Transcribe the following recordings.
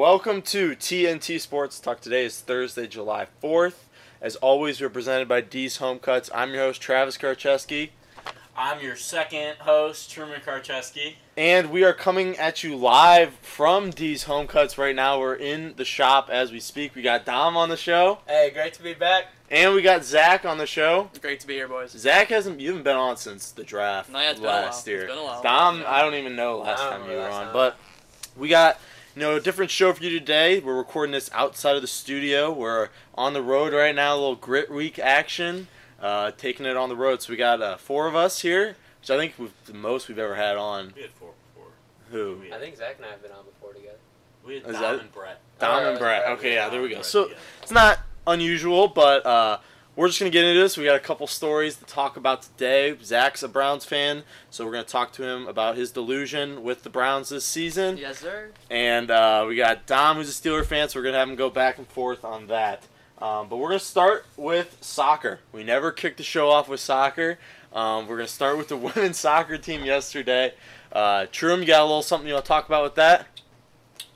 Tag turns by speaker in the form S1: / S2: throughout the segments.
S1: Welcome to TNT Sports Talk. Today is Thursday, July 4th. As always, we're presented by D's Home Cuts. I'm your host, Travis Karcheski,
S2: I'm your second host, Truman Karcheski.
S1: and we are coming at you live from D's Home Cuts right now. We're in the shop as we speak. We got Dom on the show,
S2: Hey, great to be back.
S1: and we got Zach on the show.
S3: Great to be here, boys.
S1: Zach hasn't, you haven't been on since the draft
S3: No, yeah, it's been a while.
S1: last year.
S3: It's been a while.
S1: Dom, I don't even know last
S2: I don't
S1: time you
S2: remember
S1: were
S2: last
S1: on,
S2: time.
S1: but we got you know a different show for you today. We're recording this outside of the studio. We're on the road right now, a little grit week action, uh, taking it on the road. So we got uh, four of us here, which I think we've, the most we've ever had on.
S2: We had four before.
S1: Who?
S2: We
S4: I
S2: had,
S4: think Zach and I have been on before together.
S2: we had
S1: Is
S2: Dom
S1: that-
S2: and Brett.
S1: Dom and
S2: Uh,
S4: Alright,
S1: Brett.
S4: alright,
S1: Okay,
S2: had
S1: yeah,
S2: Dom
S1: there we
S2: and
S1: go.
S2: Brett
S1: So
S2: together.
S1: it's not unusual, but uh, we're just gonna get into this. We got a couple stories to talk about today. Zach's a Browns fan, so we're gonna talk to him about his delusion with the Browns this season.
S3: Yes, sir.
S1: And uh, we got Dom, who's a Steeler fan, so we're gonna have him go back and forth on that. Um, but we're gonna start with soccer. We never kicked the show off with soccer. Um, we're gonna start with the women's soccer team yesterday. Uh, Trum, you got a little something you want to talk about with that?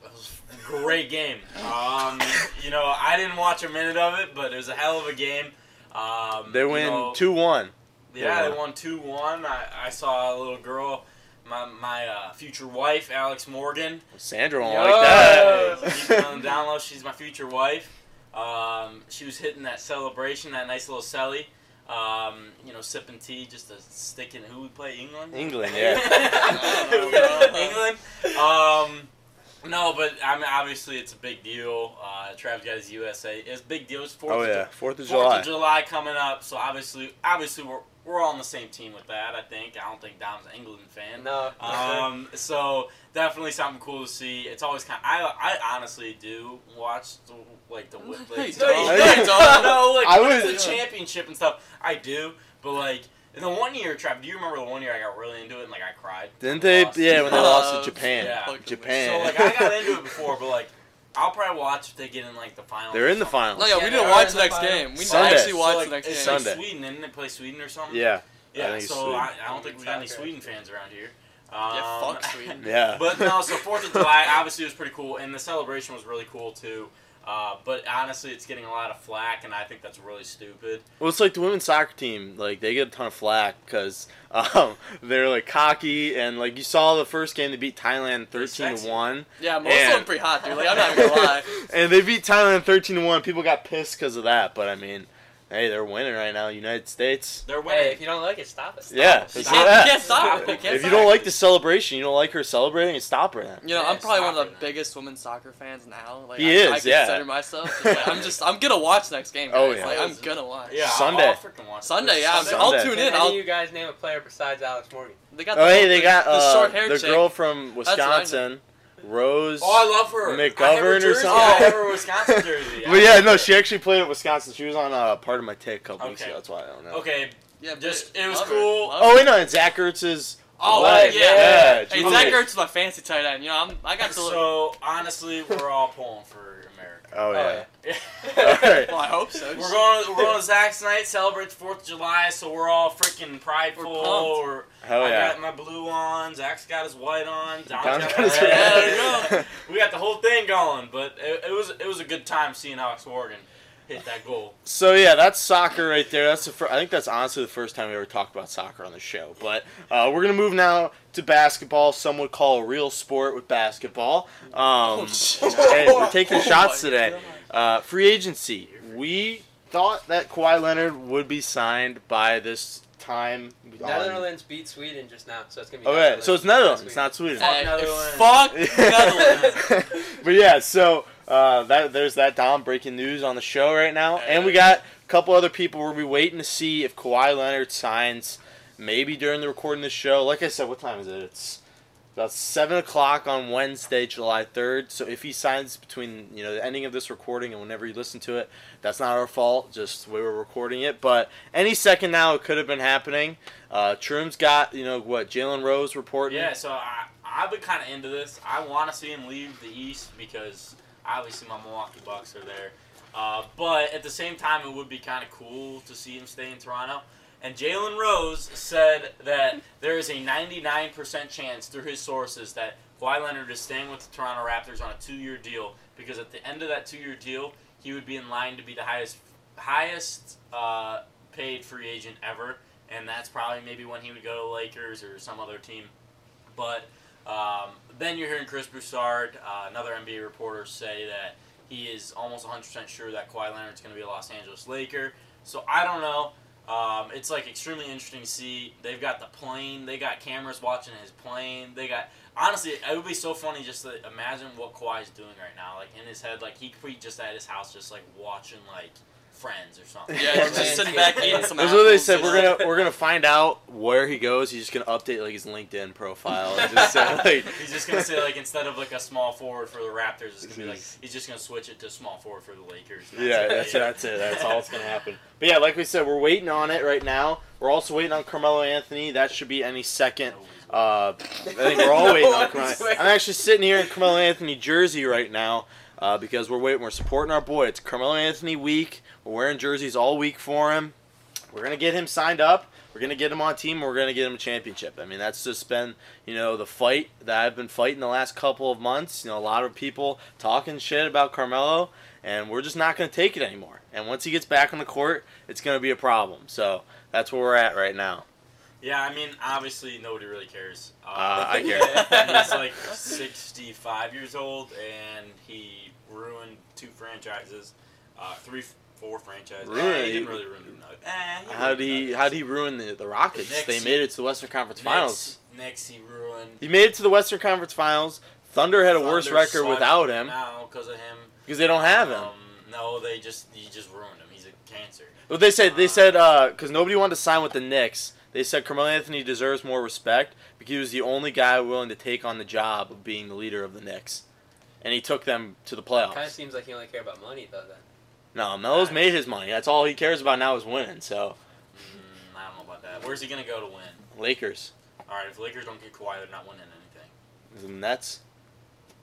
S2: That was a Great game. Um, you know, I didn't watch a minute of it, but it was a hell of a game. Um,
S1: They
S2: you
S1: win
S2: know,
S1: two one.
S2: Yeah, they won two one. I, I saw a little girl, my my uh, future wife, Alex Morgan.
S1: Sandra won't
S2: Yo,
S1: like that.
S2: She's been on the down low. She's my future wife. Um, she was hitting that celebration, that nice little celly. Um, you know, sipping tea, just a sticking. Who we play England?
S1: England, yeah.
S2: England. Um, no, but I mean, obviously it's a big deal. Uh, Travis got his USA. It's a big deal. It's fourth.
S1: Oh
S2: of
S1: yeah, Fourth of
S2: Fourth
S1: July.
S2: of July coming up, so obviously, obviously we're we're all on the same team with that. I think. I don't think Dom's an England fan.
S3: uh,
S4: No.
S2: Um, so definitely something cool to see. It's always kind. Of, I I honestly do watch the, like the like,
S3: No, you
S2: the-
S3: don't.
S1: No, you don't.
S2: no like
S1: I
S2: when it's
S1: was-
S2: the championship and stuff. I do, but like the one year trap. Do you remember the one year I got really into it and like I cried?
S1: Didn't
S2: when I
S1: they?
S2: lost?
S1: Yeah, when they
S3: Uh,
S1: lost to Japan.
S2: yeah.
S3: Fucking
S1: Japan.
S2: So like I got into it before, but like we'll probably watch if they get in like the final.
S1: They're in the finals.
S3: No, yeah,
S4: Yeah,
S3: we
S4: they
S3: didn't
S4: are
S3: watch
S4: in
S3: the
S4: the
S3: next
S4: final.
S3: game. We
S1: Sunday.
S3: actually watched
S2: like,
S3: the next
S2: it's
S3: game.
S2: Like
S1: Sunday.
S2: Sweden, didn't they play Sweden or something?
S1: Yeah. I
S2: Yeah,
S1: think it's
S2: so
S1: Sweden.
S2: I, I don't think we got any Sweden fans around here. Um,
S3: yeah, fuck Sweden.
S1: Yeah.
S2: but no, so Fourth of July obviously was pretty cool, and the celebration was really cool too. Uh, but honestly, it's getting a lot of flack, and I think that's really stupid.
S1: Well, it's like the women's soccer team. Like they get a ton of flack because um, they're like cocky and like you saw the first game they beat Thailand thirteen to
S2: sexy.
S1: one,
S3: Yeah, most
S1: Yeah.
S3: of them pretty hot, dude. Like, I'm not even gonna lie.
S1: and they beat Thailand thirteen to one. People got pissed because of that, but I mean, hey, they're winning right now, United States.
S2: They're winning.
S4: Hey, if you don't like it, stop it. Stop
S1: Yeah,
S4: it.
S1: they
S2: Stop.
S1: say
S2: You
S1: that.
S3: can't stop it. You can't
S1: if you
S3: stop
S1: don't
S3: it.
S1: like the celebration, you don't like her celebrating, stop her then.
S3: You know, I'm
S2: Yeah,
S3: probably one of the
S2: soccer, man.
S3: biggest women's soccer fans now. Like,
S1: He
S3: I,
S1: is,
S3: I
S1: yeah.
S3: consider myself. Like, I'm just, I'm gonna watch next game. Guys.
S1: Oh, yeah.
S3: Like, I'm gonna watch.
S2: yeah, I'll-
S1: Sunday.
S2: I'll freaking watch
S3: Sunday,
S2: this.
S3: yeah.
S1: Sunday.
S3: I'm, I'll
S1: Sunday.
S3: tune
S4: Can
S3: in.
S4: any
S3: I'll,
S4: of you guys name a player besides Alex Morgan?
S3: they got.
S1: Oh
S3: the,
S1: hey, they got
S3: the,
S1: uh,
S3: short hair
S1: the
S3: chick.
S1: girl from
S3: what I know.
S1: Wisconsin, Rose.
S2: Oh, I love her. I have her
S1: McGovern or
S2: jersey.
S1: something?
S2: I have her Wisconsin jersey. I
S1: but yeah,
S2: love
S1: no,
S2: her.
S1: she actually played at Wisconsin. She was on uh, part of my take a couple weeks
S2: Okay.
S1: ago. That's why I don't know.
S2: Okay,
S3: Yeah, but
S2: Just- it was
S3: love her.
S2: cool.
S3: Love her.
S1: Oh wait, no, and Zach Ertz's.
S3: Oh,
S1: wife.
S3: yeah. Hey,
S1: Julie.
S3: Zach Ertz is my fancy tight end. You know, I'm, I got to. look
S2: so honestly, we're all pulling for America.
S1: Oh yeah.
S3: well, I hope so.
S2: We're going. We're going to Zach's night. Celebrate the Fourth of July, so we're all freaking prideful.
S3: We're pumped.
S2: We're-
S1: Hell
S2: I
S1: Oh, yeah.
S2: got my blue on. Zach's got his white on. Don's
S1: Don's
S2: got,
S1: got his
S2: his red. There you
S3: red.
S2: go. We got the whole thing going, but it, it was it was a good time seeing Alex Morgan hit that goal.
S1: So yeah, that's soccer right there. That's the fir- I think that's honestly the first time we ever talked about soccer on the show. But uh, we're gonna move now to basketball. Some would call a real sport with basketball. Um, hey, we're taking
S3: Oh,
S1: shots
S3: my
S1: today.
S3: God.
S1: Uh, free agency. We thought that Kawhi Leonard would be signed by this time. on-
S4: Netherlands beat Sweden just now, so it's gonna be.
S1: Okay, so it's Netherlands. It's not Sweden.
S3: Hey,
S2: Netherlands.
S3: fuck Netherlands.
S1: but yeah, so uh, that there's that Dom breaking news on the show right now, and we got a couple other people. We'll be waiting to see if Kawhi Leonard signs maybe during the recording of the show. Like I said, what time is it? It's about seven o'clock on Wednesday, July third. So if he signs between you know the ending of this recording and whenever you listen to it, that's not our fault. Just we were recording it, but any second now it could have been happening. Uh, Troom's got you know what Jalen Rose reporting.
S2: Yeah, so I I've been kind of into this. I want to see him leave the East because obviously my Milwaukee Bucks are there. Uh, but at the same time, it would be kind of cool to see him stay in Toronto. And Jalen Rose said that there is a 99% chance through his sources that Kawhi Leonard is staying with the Toronto Raptors on a two-year deal because at the end of that two-year deal, he would be in line to be the highest highest uh, paid free agent ever, and that's probably maybe when he would go to the Lakers or some other team. But um, then you're hearing Chris Broussard, uh, another NBA reporter, say that he is almost 100% sure that Kawhi Leonard's going to be a Los Angeles Laker. So I don't know. Um, it's like extremely interesting to see. They've got the plane. They got cameras watching his plane. They got honestly, it would be so funny just to imagine what Kawhi's doing right now. Like in his head, like he could be just at his house, just like watching like Friends or something.
S1: Yeah,
S3: Yeah,
S1: man.
S3: just sitting back eating some.
S1: That's what they
S3: apples,
S1: said.
S3: just-
S1: We're gonna we're gonna find out where he goes. He's just gonna update like his LinkedIn profile and just say like
S2: He's just gonna say like instead of like a small forward for the Raptors, it's gonna be like
S1: Jeez.
S2: he's just gonna switch it to small forward for the Lakers.
S1: Yeah, that's
S2: it.
S1: that's it. That's all that's gonna happen. But yeah, like we said, we're waiting on it right now. We're also waiting on Carmelo Anthony. That should be any second. Uh, I think we're all
S4: No
S1: waiting on
S4: one's
S1: Carmelo.
S4: waiting.
S1: I'm actually sitting here in Carmelo Anthony jersey right now uh, because we're waiting. We're supporting our boy. It's Carmelo Anthony week. We're wearing jerseys all week for him. We're gonna get him signed up. We're gonna get him on team. We're gonna get him a championship. I mean, that's just been you know the fight that I've been fighting the last couple of months. You know, a lot of people talking shit about Carmelo, and we're just not gonna take it anymore. And once he gets back on the court, it's gonna be a problem. So that's where we're at right now.
S2: Yeah, I mean, obviously nobody really cares. Uh,
S1: Uh, I
S4: get
S3: it.
S2: he's like 65 years old, and he ruined two franchises, uh, three, four franchises. Eh, he
S1: Ruined?
S2: didn't really ruin the Nuggets. Eh, he
S1: How did
S2: ruined the
S1: he?
S2: Nuggets.
S1: How did he ruin the, the Rockets?
S2: Next
S1: they
S2: se-
S1: made it to the Western Conference
S2: Next-
S1: Finals.
S2: Next, he ruined.
S1: He made it to the Western Conference Finals. Thunder had a worse
S2: Thunder
S1: record
S2: suck
S1: without him
S2: Now, because of him.
S1: because they don't have him.
S2: Um, no, they just he just ruined him. He's a cancer.
S1: Well, they said they said because nobody wanted to sign with the Knicks. They said Carmelo Anthony deserves more respect because he was the only guy willing to take on the job of being the leader of the Knicks, and he took them to the
S4: Kind of
S1: playoffs.
S4: seems like you only care about money though. Then
S1: No, Melo's made his money. That's all he cares about now is winning. So
S2: Mm, I don't know about that. Where's he gonna go to win?
S1: Lakers,
S2: All right, if the Lakers don't get Kawhi, they're not winning anything.
S1: the Nets.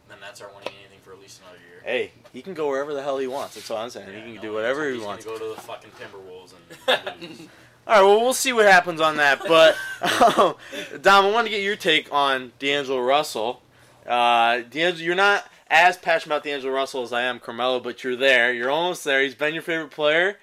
S2: Then that's our winning anything for at least another year.
S1: Hey, he can go wherever the hell he wants. That's all I'm saying.
S2: Yeah,
S1: he can
S2: no,
S1: do whatever
S2: he's
S1: he
S2: gonna
S1: wants.
S2: Go to the fucking Timberwolves and lose.
S1: All right, well, we'll see what happens on that. But, um, Dom, I want to get your take on D'Angelo Russell. Uh, D'Angelo, you're not as passionate about D'Angelo Russell as I am Carmelo, but you're there. You're almost there. He's been your favorite player.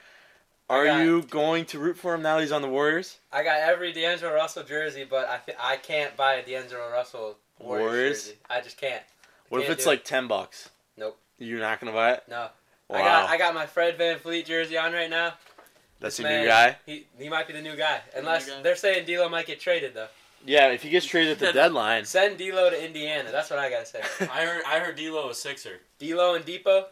S1: Are
S4: got-
S1: you going to root for him now that he's on the Warriors?
S4: I got every D'Angelo Russell jersey, but I th- I can't buy a D'Angelo Russell Warriors,
S1: Warriors?
S4: jersey. I just can't.
S1: What if
S4: Can't
S1: it's
S4: do it.
S1: like ten bucks?
S4: Nope.
S1: You're not gonna buy it.
S4: No.
S1: Wow,
S4: I got I got my Fred Van Fleet jersey on right now.
S1: that's
S4: This
S1: a
S4: man-
S1: new guy.
S4: He he might be the new guy.
S3: new
S4: Unless
S3: guy.
S4: they're saying D'Lo might get traded though.
S1: Yeah, if he gets traded at the
S3: That-
S1: deadline.
S4: Send D'Lo to Indiana. That's what I gotta say.
S2: I heard I heard D'Lo a sixer.
S4: D'Lo and Depot.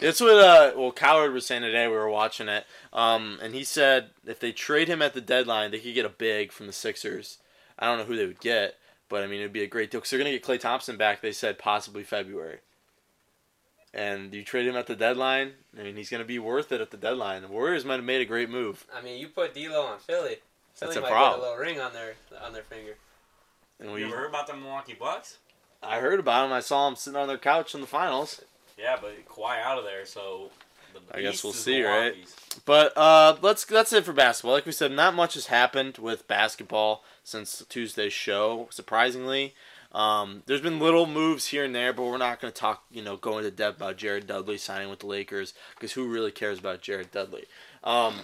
S1: That's what uh well Coward was saying today. We were watching it, um, and he said if they trade him at the deadline, they could get a big from the Sixers. I don't know who they would get, but I mean it'd be a great deal because they're gonna get Clay Thompson back. They said possibly February, and you trade him at the deadline. I mean he's gonna be worth it at the deadline. The Warriors might have made a great move,
S4: I mean, you put D'Lo on Philly. Philly
S1: That's a
S4: might
S1: problem.
S4: get a little ring on their on their finger.
S1: and
S2: You
S1: we
S2: ever heard about the Milwaukee Bucks?
S1: I heard about him. I saw him sitting on their couch in the finals.
S2: Yeah, but Kawhi out of there, so the
S1: I guess
S2: East
S1: we'll
S2: is
S1: see, right?
S2: Milwaukee's.
S1: But uh, let's that's it for basketball. Like we said, not much has happened with basketball since Tuesday's show. Surprisingly, um, there's been little moves here and there, but we're not going to talk, you know, go into depth about Jared Dudley signing with the Lakers because who really cares about Jared Dudley? Um,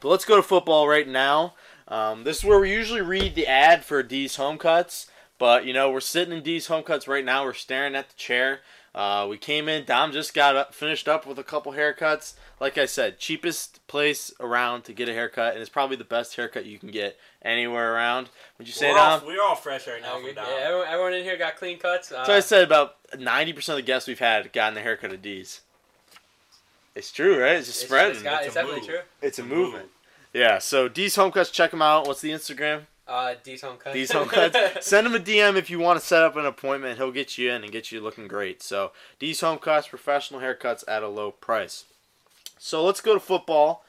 S1: but let's go to football right now. Um, this is where we usually read the ad for D's home cuts, but you know we're sitting in D's home cuts right now. We're staring at the chair. Uh, we came in. Dom just got up, finished up with a couple haircuts. Like I said, cheapest place around to get a haircut, and it's probably the best haircut you can get anywhere around. Would you say,
S2: We're all,
S1: Dom?
S2: we're all fresh right now
S4: Uh,
S2: from
S4: yeah,
S2: down.
S4: everyone, everyone in here got clean cuts. Uh,
S1: So I said about ninety percent of the guests we've had gotten the haircut of D's. It's true, right? It's just
S4: it's,
S1: spreading.
S4: It's, got-
S2: It's
S4: it's
S2: a
S4: definitely
S2: move.
S4: true.
S1: it's a movement. Yeah. So D's home cuts. Check them out. What's the Instagram?
S4: Uh, D's home cuts.
S1: These home cuts. Send him a DM if you want to set up an appointment. He'll get you in and get you looking great. So these home cuts, professional haircuts at a low price. So let's go to football.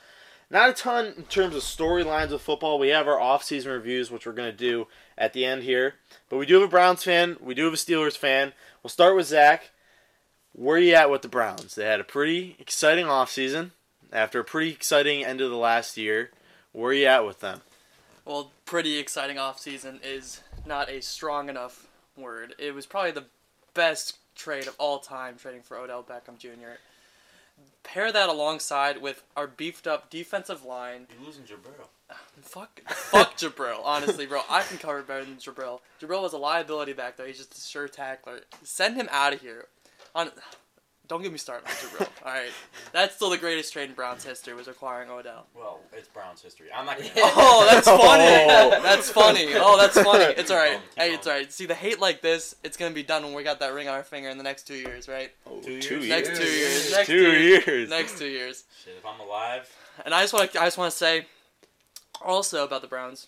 S1: Not a ton in terms of storylines of football. We have our off-season reviews, which we're going to do at the end here. But we do have a Browns fan. We do have a Steelers fan. We'll start with Zach. Where are you at with the Browns? They had a pretty exciting offseason after a pretty exciting end of the last year. Where are you at with them?
S3: Well, pretty exciting off season is not a strong enough word. It was probably the best trade of all time, trading for Odell Beckham Jr. Pair that alongside with our beefed up defensive line.
S2: You're losing Jabril.
S3: Fuck, fuck Jabril. Honestly, bro, I can cover better than Jabril. Jabril was a liability back there. He's just a sure tackler. Send him out of here. On, don't get me started on Jabril. All right, that's still the greatest trade in Browns history was acquiring Odell.
S2: Well, it's Brown's history. I'm not gonna.
S3: Oh, that's funny.
S1: Oh.
S3: That's funny. Oh, that's funny. It's all right.
S2: Keep going, keep
S3: Hey, it's all right. See, the hate like this, it's gonna be done when we got that ring on our finger in the next two years, right?
S1: Oh,
S2: Two
S1: two
S2: years.
S1: years.
S3: Next two years.
S4: Years.
S3: Next
S1: two years.
S3: Next two years.
S2: Shit, if I'm alive,
S3: And I just want to. I just want to say, also about the Browns,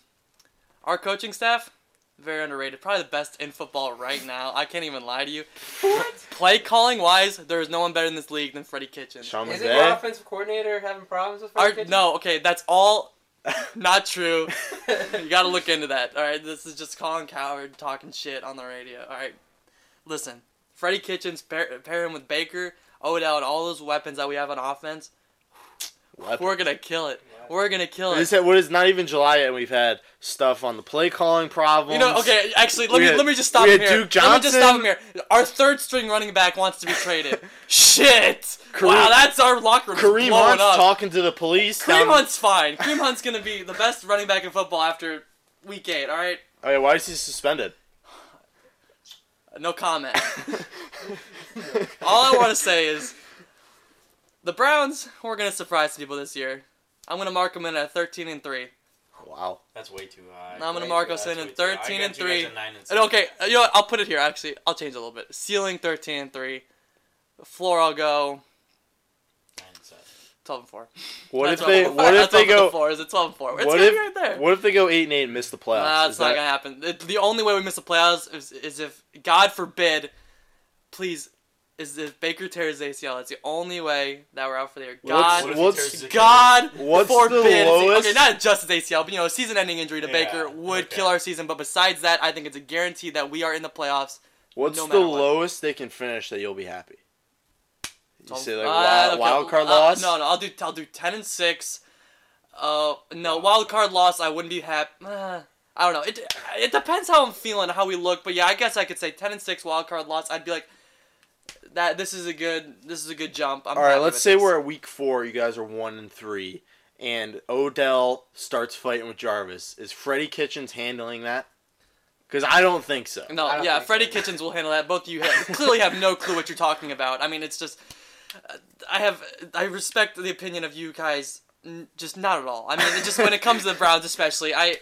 S3: our coaching staff, very underrated. Probably the best in football right now. I can't even lie to you. Play calling wise, there is no one better in this league than Freddie Kitchen.
S1: Sean
S4: Isn't our
S1: McVay.
S4: offensive coordinator having problems with
S3: Our,
S4: Freddie Kitchens?
S3: no, okay, that's all. Not true. you gotta look into that. All right, this is just Colin Coward talking shit on the radio. All right, listen, Freddie Kitchens pair, pair him with Baker, Odell, and all those weapons that we have on offense.
S1: Weapon.
S3: We're gonna kill it. We're gonna kill
S1: This
S3: it.
S1: is- what is not even July yet. and We've had stuff on the play calling problems.
S3: You know, okay, actually, let
S1: We
S3: me
S1: had-
S3: let me just stop
S1: we
S3: him
S1: had
S3: here.
S1: Duke
S3: Let me just stop
S1: Johnson.
S3: him here. Our third string running back wants to be traded. shit!
S1: Kareem-
S3: wow, that's our locker room
S1: Kareem
S3: blowing
S1: Hunt's
S3: up.
S1: talking to the police.
S3: Kareem
S1: down-
S3: Hunt's fine. Kareem Hunt's gonna be the best running back in football after week eight. All right,
S1: Okay, why is he suspended?
S3: no comment. all I want to say is the Browns. We're gonna surprise people this year. I'm gonna mark them in at 13 and three.
S1: Wow.
S2: that's way too high.
S3: I'm gonna
S2: Way
S3: mark
S2: too-
S3: us
S2: that's
S3: in
S2: way
S3: at
S2: too high.
S3: 13
S2: I got
S3: and
S2: you guys
S3: three.
S2: at nine and
S3: And okay, you know what? I'll put it here. Actually, I'll change it a little bit. Ceiling 13 and 3. Floor, I'll go
S2: nine and seven.
S3: 12 and 4.
S1: What
S3: That's
S1: if they?
S3: 12 and
S1: What
S3: 4.
S1: if
S3: That's
S1: they
S3: 12 and
S1: go?
S3: 4 is it 12 and 4? It's
S1: What
S3: gonna be
S1: if?
S3: right there.
S1: What if they go eight and eight and miss the playoffs?
S3: Nah,
S1: Is
S3: it's not
S1: that-
S3: gonna happen. It, the only way we miss the playoffs is, is if God forbid, please, is if Baker tears ACL. That's the only way that we're out for the year.
S1: What's,
S2: if
S3: God,
S2: he tears
S1: what's
S2: the-
S3: God
S1: What's the
S3: forbid.
S1: lowest-
S3: Okay, not just his ACL, but you know, a season-ending injury to
S2: Yeah,
S3: Baker would
S2: okay.
S3: kill our season. But besides that, I think it's a guarantee that we are in the playoffs.
S1: what's
S3: no
S1: the
S3: matter what.
S1: lowest they can finish that you'll be happy? You say like
S3: Uh,
S1: wild,
S3: okay,
S1: wild card
S3: uh,
S1: loss?
S3: No, no, I'll do I'll do ten and six. Uh, no wild card loss. I wouldn't be happy. Uh, I don't know. It it depends how I'm feeling, how we look. But yeah, I guess I could say ten and six wild card loss. I'd be like, that this is a good this is a good jump. I'm
S1: All right,
S3: happy
S1: let's
S3: with
S1: say
S3: this.
S1: we're at week four. You guys are one and three, and Odell starts fighting with Jarvis. Is Freddie Kitchens handling that? Because I don't think so.
S3: No,
S4: I don't
S3: yeah,
S4: think
S3: Freddie
S4: so.
S3: Kitchens will handle that. Both of you have, clearly have no clue what you're talking about. I mean, it's just uh, I have I respect the opinion of you guys, n- just not at all. I mean, it just when it comes to the Browns, especially, I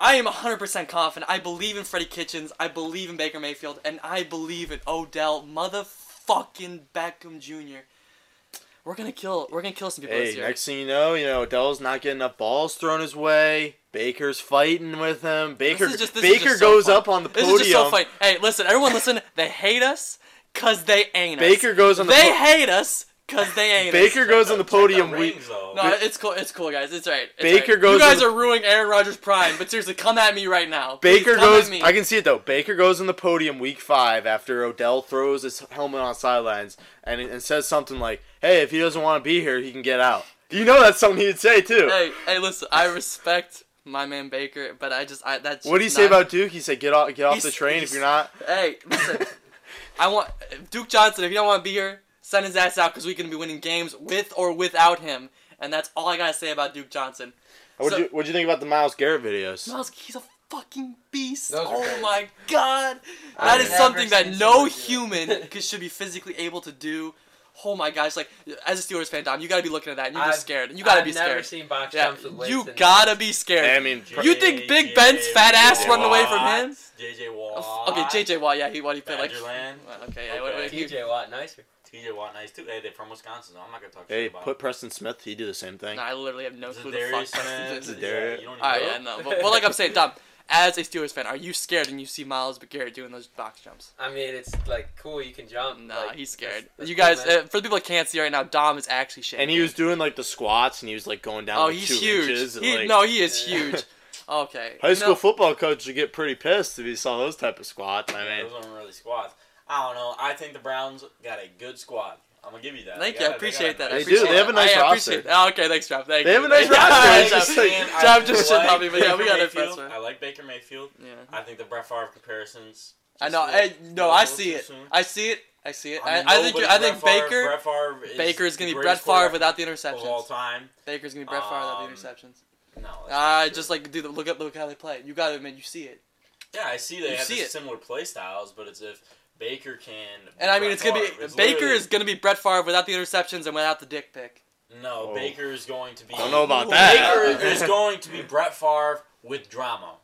S3: I am 100% confident. I believe in Freddie Kitchens. I believe in Baker Mayfield, and I believe in Odell motherfucking Beckham Jr. We're gonna kill. We're gonna kill some people
S1: Hey,
S3: this year.
S1: next thing you know, you know Odell's not getting enough balls thrown his way. Baker's fighting with him. Baker
S3: is just- this is
S1: Baker
S3: just so
S1: goes
S3: fun.
S1: up on the
S3: This
S1: podium.
S3: is just so funny. Hey, listen, everyone, listen. They hate us cause they ain't us.
S1: Baker goes on the
S3: They
S1: po-
S3: hate us cause they ain't us.
S1: Baker goes on the
S2: Check
S1: podium. week.
S2: Rings, though.
S3: No, it's cool. It's cool, guys. It's right. It's
S1: Baker
S3: right.
S1: goes
S3: You guys
S1: on
S3: are ruining Aaron Rodgers' prime. But seriously, come at me right now. Please
S1: Baker
S3: come
S1: goes.
S3: At me.
S1: I can see it though. Baker goes on the podium week five after Odell throws his helmet on sidelines and, and says something like, "Hey, if he doesn't want to be here, he can get out." You know that's something he'd say too.
S3: Hey, hey, listen. I respect my man Baker, but I just I that's.
S1: what do you
S3: just
S1: say
S3: not-
S1: about Duke? He said, "Get off, get off
S3: He's-
S1: the train if
S3: he's-
S1: you're not."
S3: Hey, listen. I want Duke Johnson. If you don't want to be here, send his ass out because we can be winning games with or without him. And that's all I gotta say about Duke Johnson.
S1: What
S3: so-
S1: do you, what'd you think about the Miles Garrett videos?
S3: Miles, he's a fucking beast.
S4: Those are
S3: oh
S4: great.
S3: my god. That
S4: I've
S3: is
S4: never
S3: something that
S4: seen
S3: no
S4: someone do
S3: human could- should be physically able to do. Oh my gosh, like as a Steelers fan, Dom, you gotta be looking at that and you're just
S4: I've-
S3: scared. You gotta
S4: I've
S3: be
S4: never
S3: scared.
S4: seen box
S3: Yeah,
S4: jumps with weights
S3: you
S4: in it.
S3: gotta be scared.
S1: I mean,
S2: J-
S3: You think Big Ben's fat ass running away from him?
S2: JJ Watt.
S3: Oh, okay, JJ Watt, yeah, he what he played like
S2: Badgerland.
S3: Okay, yeah, what,
S2: Okay.
S3: what, he,
S4: TJ Watt, nicer.
S2: TJ Watt, nice too. Hey, they're from Wisconsin, so I'm not gonna talk
S1: hey,
S2: shit about.
S1: put Preston Smith. He did the same thing.
S3: no, I literally have no clue the fuck
S2: Zadarius Smith.
S3: this is.
S1: Zadarius. Darius.
S2: Yeah, you don't even
S3: Oh
S2: know.
S3: yeah, no. But, but like I'm saying, Dom, as a Steelers fan, are you scared when you see Miles Garrett doing those box jumps?
S4: I mean, it's like cool. You can jump.
S3: Nah,
S4: like,
S3: he's
S4: that's-
S3: scared.
S4: that's
S3: you
S4: cool,
S3: guys,
S4: man.
S3: uh, for the people that can't see right now, Dom is actually shaking.
S1: And he was doing like the squats, and he was like going down.
S3: oh,
S1: like,
S3: he's
S1: two
S3: huge.
S1: Inches, and,
S3: He-
S1: like-
S3: no, he is
S4: Yeah.
S3: huge. Okay.
S1: High school
S3: No,
S1: football coach would get pretty pissed if he saw those type of squats. I mean,
S2: Those aren't really squads. I don't know. I think the Browns got a good squad. I'm gonna give you that.
S3: Thank
S2: They
S3: you. I
S2: got a-
S3: appreciate
S2: got
S3: that.
S2: a
S3: I
S1: They
S2: nice
S1: do,
S3: appreciate
S1: they have a
S3: that.
S1: nice
S3: I
S1: roster.
S3: appreciate that. Okay, thanks, Jeff. Thank
S1: They
S3: you.
S1: have a nice
S3: Thank you.
S1: roster.
S3: Thanks,
S1: It's just
S3: Jeff.
S1: like-
S2: And I
S3: Jeff just
S2: like
S3: shitted on me, but yeah, we
S2: Baker
S3: got a press
S2: Mayfield.
S3: one.
S2: I like Baker Mayfield.
S3: Yeah.
S2: I think the Brett Favre comparisons
S3: I know.
S2: Just
S3: I, no, I see
S2: too
S3: it.
S2: soon.
S3: I see it. I see it. I,
S2: mean,
S3: I think.
S2: nobody-
S3: I think
S2: Brett Favre-
S3: Baker.
S2: Brett Favre is
S3: Baker is gonna
S2: the
S3: be Brett
S2: greatest
S3: Favre
S2: quarterback
S3: without the
S2: of all
S3: interceptions. Uh,
S2: time.
S3: Baker's gonna be Brett Favre without the
S2: Um,
S3: interceptions.
S2: No, that's
S3: I
S2: not true.
S3: just like do the look up look how they play. You gotta admit you see it.
S2: yeah, I see they
S3: you
S2: have
S3: see
S2: the
S3: it.
S2: similar play styles, but it's if Baker can.
S3: And I mean it's gonna be Baker is gonna be Brett Favre without the interceptions and without the dick pick.
S2: no
S1: Oh.
S2: Baker is going to be.
S1: I don't know about
S3: Ooh,
S1: that.
S2: Baker is going to be Brett Favre with drama.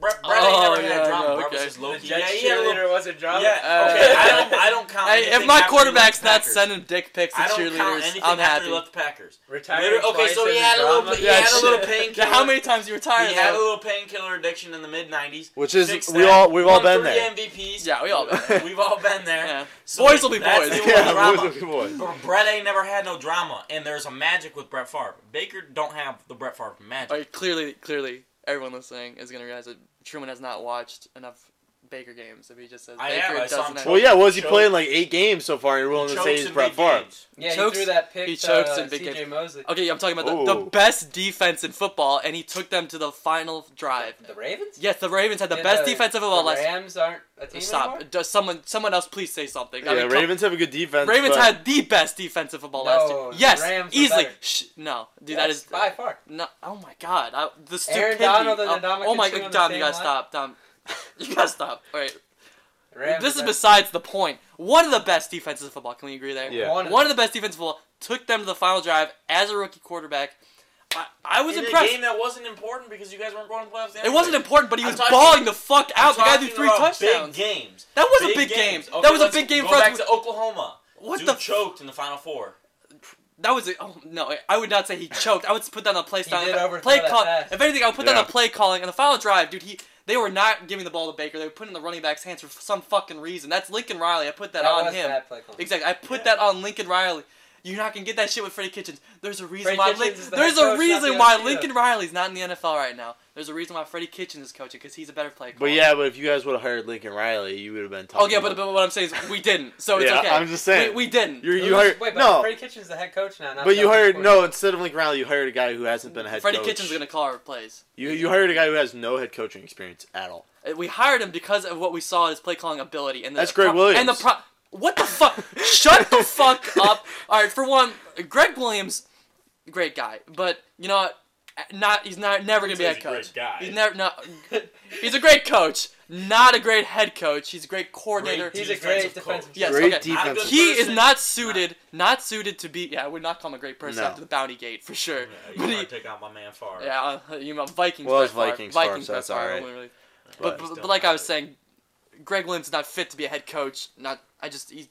S2: Brett, Brett
S3: Oh,
S2: ain't never
S3: yeah,
S2: had drama.
S3: no,
S2: Brett was
S3: okay.
S2: just
S4: The
S2: low key. Yeah,
S4: Jets
S2: he had a little-
S4: cheerleader was a drama.
S2: Yeah,
S3: Uh,
S2: okay. I don't. I don't count.
S3: Hey, if
S2: anything
S3: my
S2: after he
S3: quarterback's
S2: left
S3: not
S2: Packers.
S3: sending dick pics to
S2: I don't count
S3: cheerleaders,
S2: anything
S3: I'm
S2: after
S3: happy.
S2: he left the Packers.
S4: Retired
S2: Literally- okay,
S4: twice
S2: so he
S4: as
S2: had a little.
S4: drama.
S2: He had a
S3: shit.
S2: little
S3: Yeah,
S2: painkiller.
S3: how many times you retire?
S2: He had a little painkiller addiction in the mid '90s.
S1: Which is
S2: Fixed
S1: we
S2: that.
S1: all we've all been
S2: Won three
S1: there.
S2: MVPs.
S3: Yeah, we all been
S1: there.
S2: We've all been there.
S3: Yeah.
S2: So
S3: Boys will be
S2: that's
S3: boys.
S2: the only
S1: Yeah,
S2: drama.
S1: boys will be boys.
S2: But Brett ain't never had no drama, and there's a magic with Brett Favre. Baker don't have the Brett Favre magic.
S3: Like, clearly, clearly, everyone listening is gonna realize that Truman has not watched enough Baker games. If he just says
S2: I
S3: Baker
S2: have, I saw him
S3: doesn't, have-
S1: Well, yeah, was he
S2: Chokes.
S1: playing like eight games so far? and You're willing to
S2: Chokes
S1: say he's
S2: in
S1: Brett
S2: big
S1: Favre.
S2: games.
S4: Yeah,
S3: chokes-
S4: he threw that pick
S3: he
S4: to
S3: chokes
S4: uh,
S3: in big
S4: CJ
S3: games.
S4: Mosley.
S3: Okay, yeah, I'm talking about the, the
S1: Ooh.
S3: best defense in football, and he took them to the final drive.
S4: The Ravens?
S3: Yes, the Ravens had the
S4: Yeah,
S3: best defense of all
S4: The
S3: last.
S4: Rams aren't a team anymore?
S3: Stop. Does someone, someone else, please say something.
S1: Yeah,
S3: I mean, come-
S1: Ravens have a good defense.
S3: Ravens
S1: but-
S3: had the best defense of football
S4: No,
S3: last
S4: the
S3: year. Yes,
S4: Rams were
S3: easily.
S4: better.
S3: Shh, no, dude, that
S4: Yes,
S3: is
S4: by far.
S3: no. Oh my god, I, the
S4: Aaron
S3: stupidity.
S4: Donald and
S3: of-
S4: Ndamukong
S3: oh my
S4: Suh on the
S3: Dom, you
S4: same
S3: gotta
S4: line.
S3: stop, Dom. You gotta stop. All right,
S4: The Rams
S3: this is
S4: are better.
S3: besides the point. One of the best defenses of football. Can we agree there?
S1: Yeah.
S4: One of
S3: One of the best defenses of football took them to the final drive as a rookie quarterback. I, I was
S2: in a
S3: impressed.
S2: game that wasn't important because you guys weren't going to the playoffs.
S3: It wasn't important, but he
S2: I'm
S3: was
S2: talking-
S3: balling the fuck out. The guy threw
S2: Talking
S3: three
S2: about
S3: touchdowns.
S2: Big games.
S3: That was a big game.
S2: games.
S3: That was a
S2: let's
S3: big game
S2: go
S3: for
S2: back
S3: us.
S2: to Oklahoma.
S3: What
S2: Dude
S3: the f-
S2: choked in the final four.
S3: That was a, oh no! I would not say he choked. I would put that on a play style.
S4: did overthrow
S3: play
S4: that
S3: call.
S4: pass.
S3: If anything, I would put that on
S1: Yeah.
S3: play calling. And the final drive, dude, he they were not giving the ball to Baker. They were putting it in the running back's hands for some fucking reason. That's Lincoln Riley. I put that,
S4: That
S3: on
S4: was
S3: him.
S4: bad play calling.
S3: Exactly. I put
S2: Yeah.
S3: that on Lincoln Riley. You're not gonna get that shit with Freddie Kitchens. There's a reason
S4: Freddie
S3: why.
S4: Kitchens
S3: Lin-
S4: is the head
S3: there's a
S4: coach, not
S3: reason
S4: the
S3: why
S4: OC,
S3: Lincoln
S4: though.
S3: Riley's not in the NFL right now. There's a reason why Freddie Kitchens is coaching because he's a better player.
S1: But yeah, but if you guys would have hired Lincoln Riley, you would have been.
S3: Oh
S1: talking
S3: yeah, but,
S1: about-
S3: but what I'm saying is we didn't. So it's
S1: Yeah,
S3: okay.
S1: I'm just saying.
S3: we, we didn't.
S1: You're- you
S4: Wait,
S1: hired
S4: Wait, but
S1: no,
S4: Freddie Kitchens is the head coach now. Not
S1: but
S4: the
S1: you
S4: offensive
S1: hired
S4: coordinator.
S1: no. Instead of Lincoln Riley, you hired a guy who hasn't been a head
S3: Freddie
S1: coach.
S3: Kitchens is gonna call our plays.
S1: You you hired a guy who has no head coaching experience at all.
S3: Uh, We hired him because of what we saw his play calling ability, and the
S1: That's Greg
S3: pro-
S1: Williams.
S3: And the pro- what the fuck? Shut the fuck up! All right, for one, Greg Williams, great guy, but you know, what? not he's not never gonna be a
S2: He's
S3: head
S2: a great
S3: coach.
S2: guy.
S3: He's never no. He's a great coach, not a great head coach. He's a great coordinator.
S2: Great
S4: He's a
S2: defensive
S4: great
S2: coach.
S4: defensive
S3: Yes,
S1: Great
S3: okay.
S2: Not a good
S1: defense.
S3: he is
S2: person.
S3: not suited, not suited to be. Yeah, I would not call him a great person
S1: No.
S3: after the Bounty Gate for sure.
S2: Yeah,
S3: But
S2: you
S3: he-
S2: want to take out my man Favre.
S3: yeah, uh, you know, Vikings.
S1: Well,
S3: by
S1: it's
S3: far.
S1: Vikings far,
S3: Vikings
S1: so
S3: by
S1: that's
S3: far,
S1: alright.
S3: I wouldn't really-
S1: But-
S3: but,
S2: Still
S3: but, but like
S2: not
S3: I was
S2: it.
S3: saying, Greg Williams is not fit to be a head coach. Not I just he,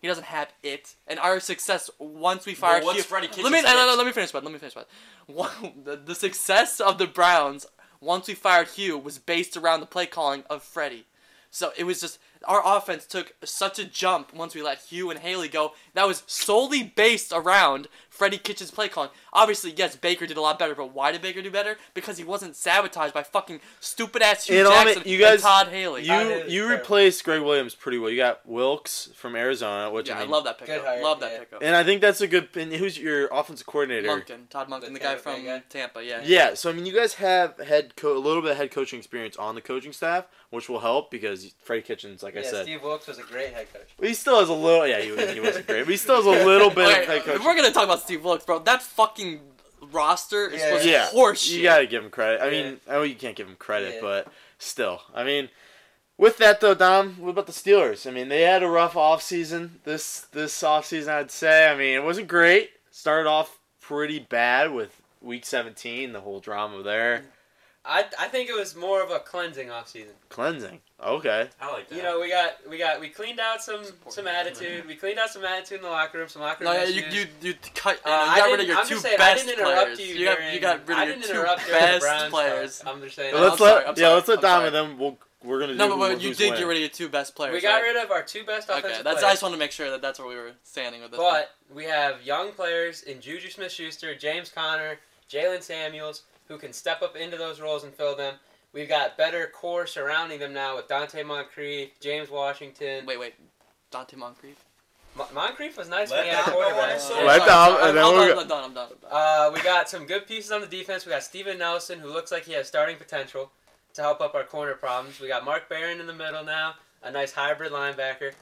S3: he doesn't have it. And our success once we fire
S2: what's
S3: Hugh-
S2: Freddie
S3: Let
S2: Kitchens'
S3: me no, no, no,
S2: fix?
S3: let me finish, bud. Let me finish, bud. One, the, the success of the Browns once we fired Hugh was based around the play calling of Freddie. So it was just our offense took such a jump once we let Hugh and Haley go. That was solely based around Freddie Kitchens' play calling. Obviously, yes, Baker did a lot better, but why did Baker do better? Because he wasn't sabotaged by fucking stupid ass Hugh
S1: And I'll admit,
S3: Jackson
S1: you guys-
S3: and Todd Haley.
S4: Todd
S1: You
S4: Haley's
S1: you
S4: terrible.
S1: replaced Greg Williams pretty well. You got Wilkes from Arizona, which
S3: yeah,
S1: I,
S3: I
S1: mean,
S3: love that pickup.
S4: Good hire,
S3: love that
S4: yeah.
S3: pickup.
S1: And I think that's a good. And who's your offensive coordinator?
S3: Munkin, Todd Munkin,
S4: The
S3: the, guy
S4: Tampa Bay
S3: from
S4: guy.
S3: Tampa. Yeah.
S1: Yeah, so I mean, you guys have head co- a little bit of head coaching experience on the coaching staff, which will help because Freddie Kitchens, like I
S4: yeah,
S1: said,
S4: Steve Wilkes was a great head coach.
S1: he still has a little. Yeah, he, he wasn't great, but he still has a little bit
S3: Okay,
S1: of head
S3: if
S1: coaching.
S3: we're gonna talk about Steve Wilkes, bro, that fucking roster is
S4: Yeah.
S3: was
S1: yeah,
S3: horseshit.
S1: you gotta give him credit. I mean, I know you can't give him credit,
S4: Yeah.
S1: but still, I mean, with that though, Dom, what about the Steelers? I mean, they had a rough offseason. This this offseason, I'd say. I mean, it wasn't great. Started off pretty bad with Week 17, the whole drama there.
S4: I, I think it was more of a cleansing offseason.
S1: Cleansing. Okay.
S2: I like that.
S4: You know, we got we got we cleaned out some
S3: Support.
S4: some attitude. We cleaned out some attitude in the locker room. Some locker
S3: No,
S4: room
S3: yeah, you
S4: issues.
S3: you you cut. You,
S4: Uh,
S3: know, you
S4: I
S3: got rid
S4: didn't-
S3: of your
S4: I'm
S3: two
S4: just saying, I
S3: best
S4: didn't interrupt
S3: players.
S4: you
S3: You got,
S4: during-
S3: you got rid
S4: I
S3: of your
S4: didn't
S3: two
S4: interrupt during the Browns
S3: best players.
S4: talk. I'm just saying.
S3: No,
S1: let's
S3: I'm sorry,
S1: let
S3: I'm
S1: yeah,
S3: sorry,
S1: let's let
S3: I'm
S1: Dom
S3: sorry.
S1: and then we'll we're gonna do
S3: No, but, but
S1: who's
S3: you did
S1: winning.
S3: get rid of your two best players.
S4: we got
S3: right?
S4: rid of our two best offensive
S3: Okay, that's. I
S4: players,
S3: just want to make sure that that's where we were standing with this.
S4: but we have young players in Juju Smith-Schuster, James Conner, Jalen Samuels, who can step up into those roles and fill them. We've got better core surrounding them now with Dante Moncrief, James Washington.
S3: wait, wait, Dante Moncrief.
S4: Mon- Moncrief was nice
S2: Let
S4: when he had a
S2: that go
S4: quarterback.
S2: on,
S3: Uh,
S2: so-
S3: yeah,
S1: Let
S3: sorry,
S1: down,
S3: sorry,
S1: and then
S3: I'm
S1: we're
S3: done,
S1: go-
S3: I'm done, I'm done, I'm done.
S4: Uh, we got some good pieces on the defense. We got Steven Nelson, who looks like he has starting potential to help up our corner problems. We got Mark Barron in the middle now. a nice hybrid linebacker.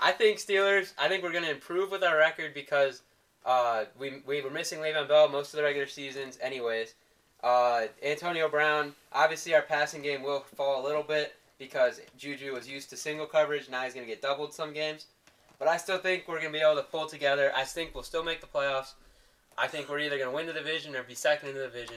S4: I think Steelers. I think we're going to improve with our record because uh, we we were missing Le'Veon Bell most of the regular seasons, anyways. Uh, Antonio Brown. Obviously, our passing game will fall a little bit because Juju was used to single coverage. Now he's going to get doubled some games. But I still think we're going to be able to pull together. I think we'll still make the playoffs. I think we're either going to win the division or be second in the division.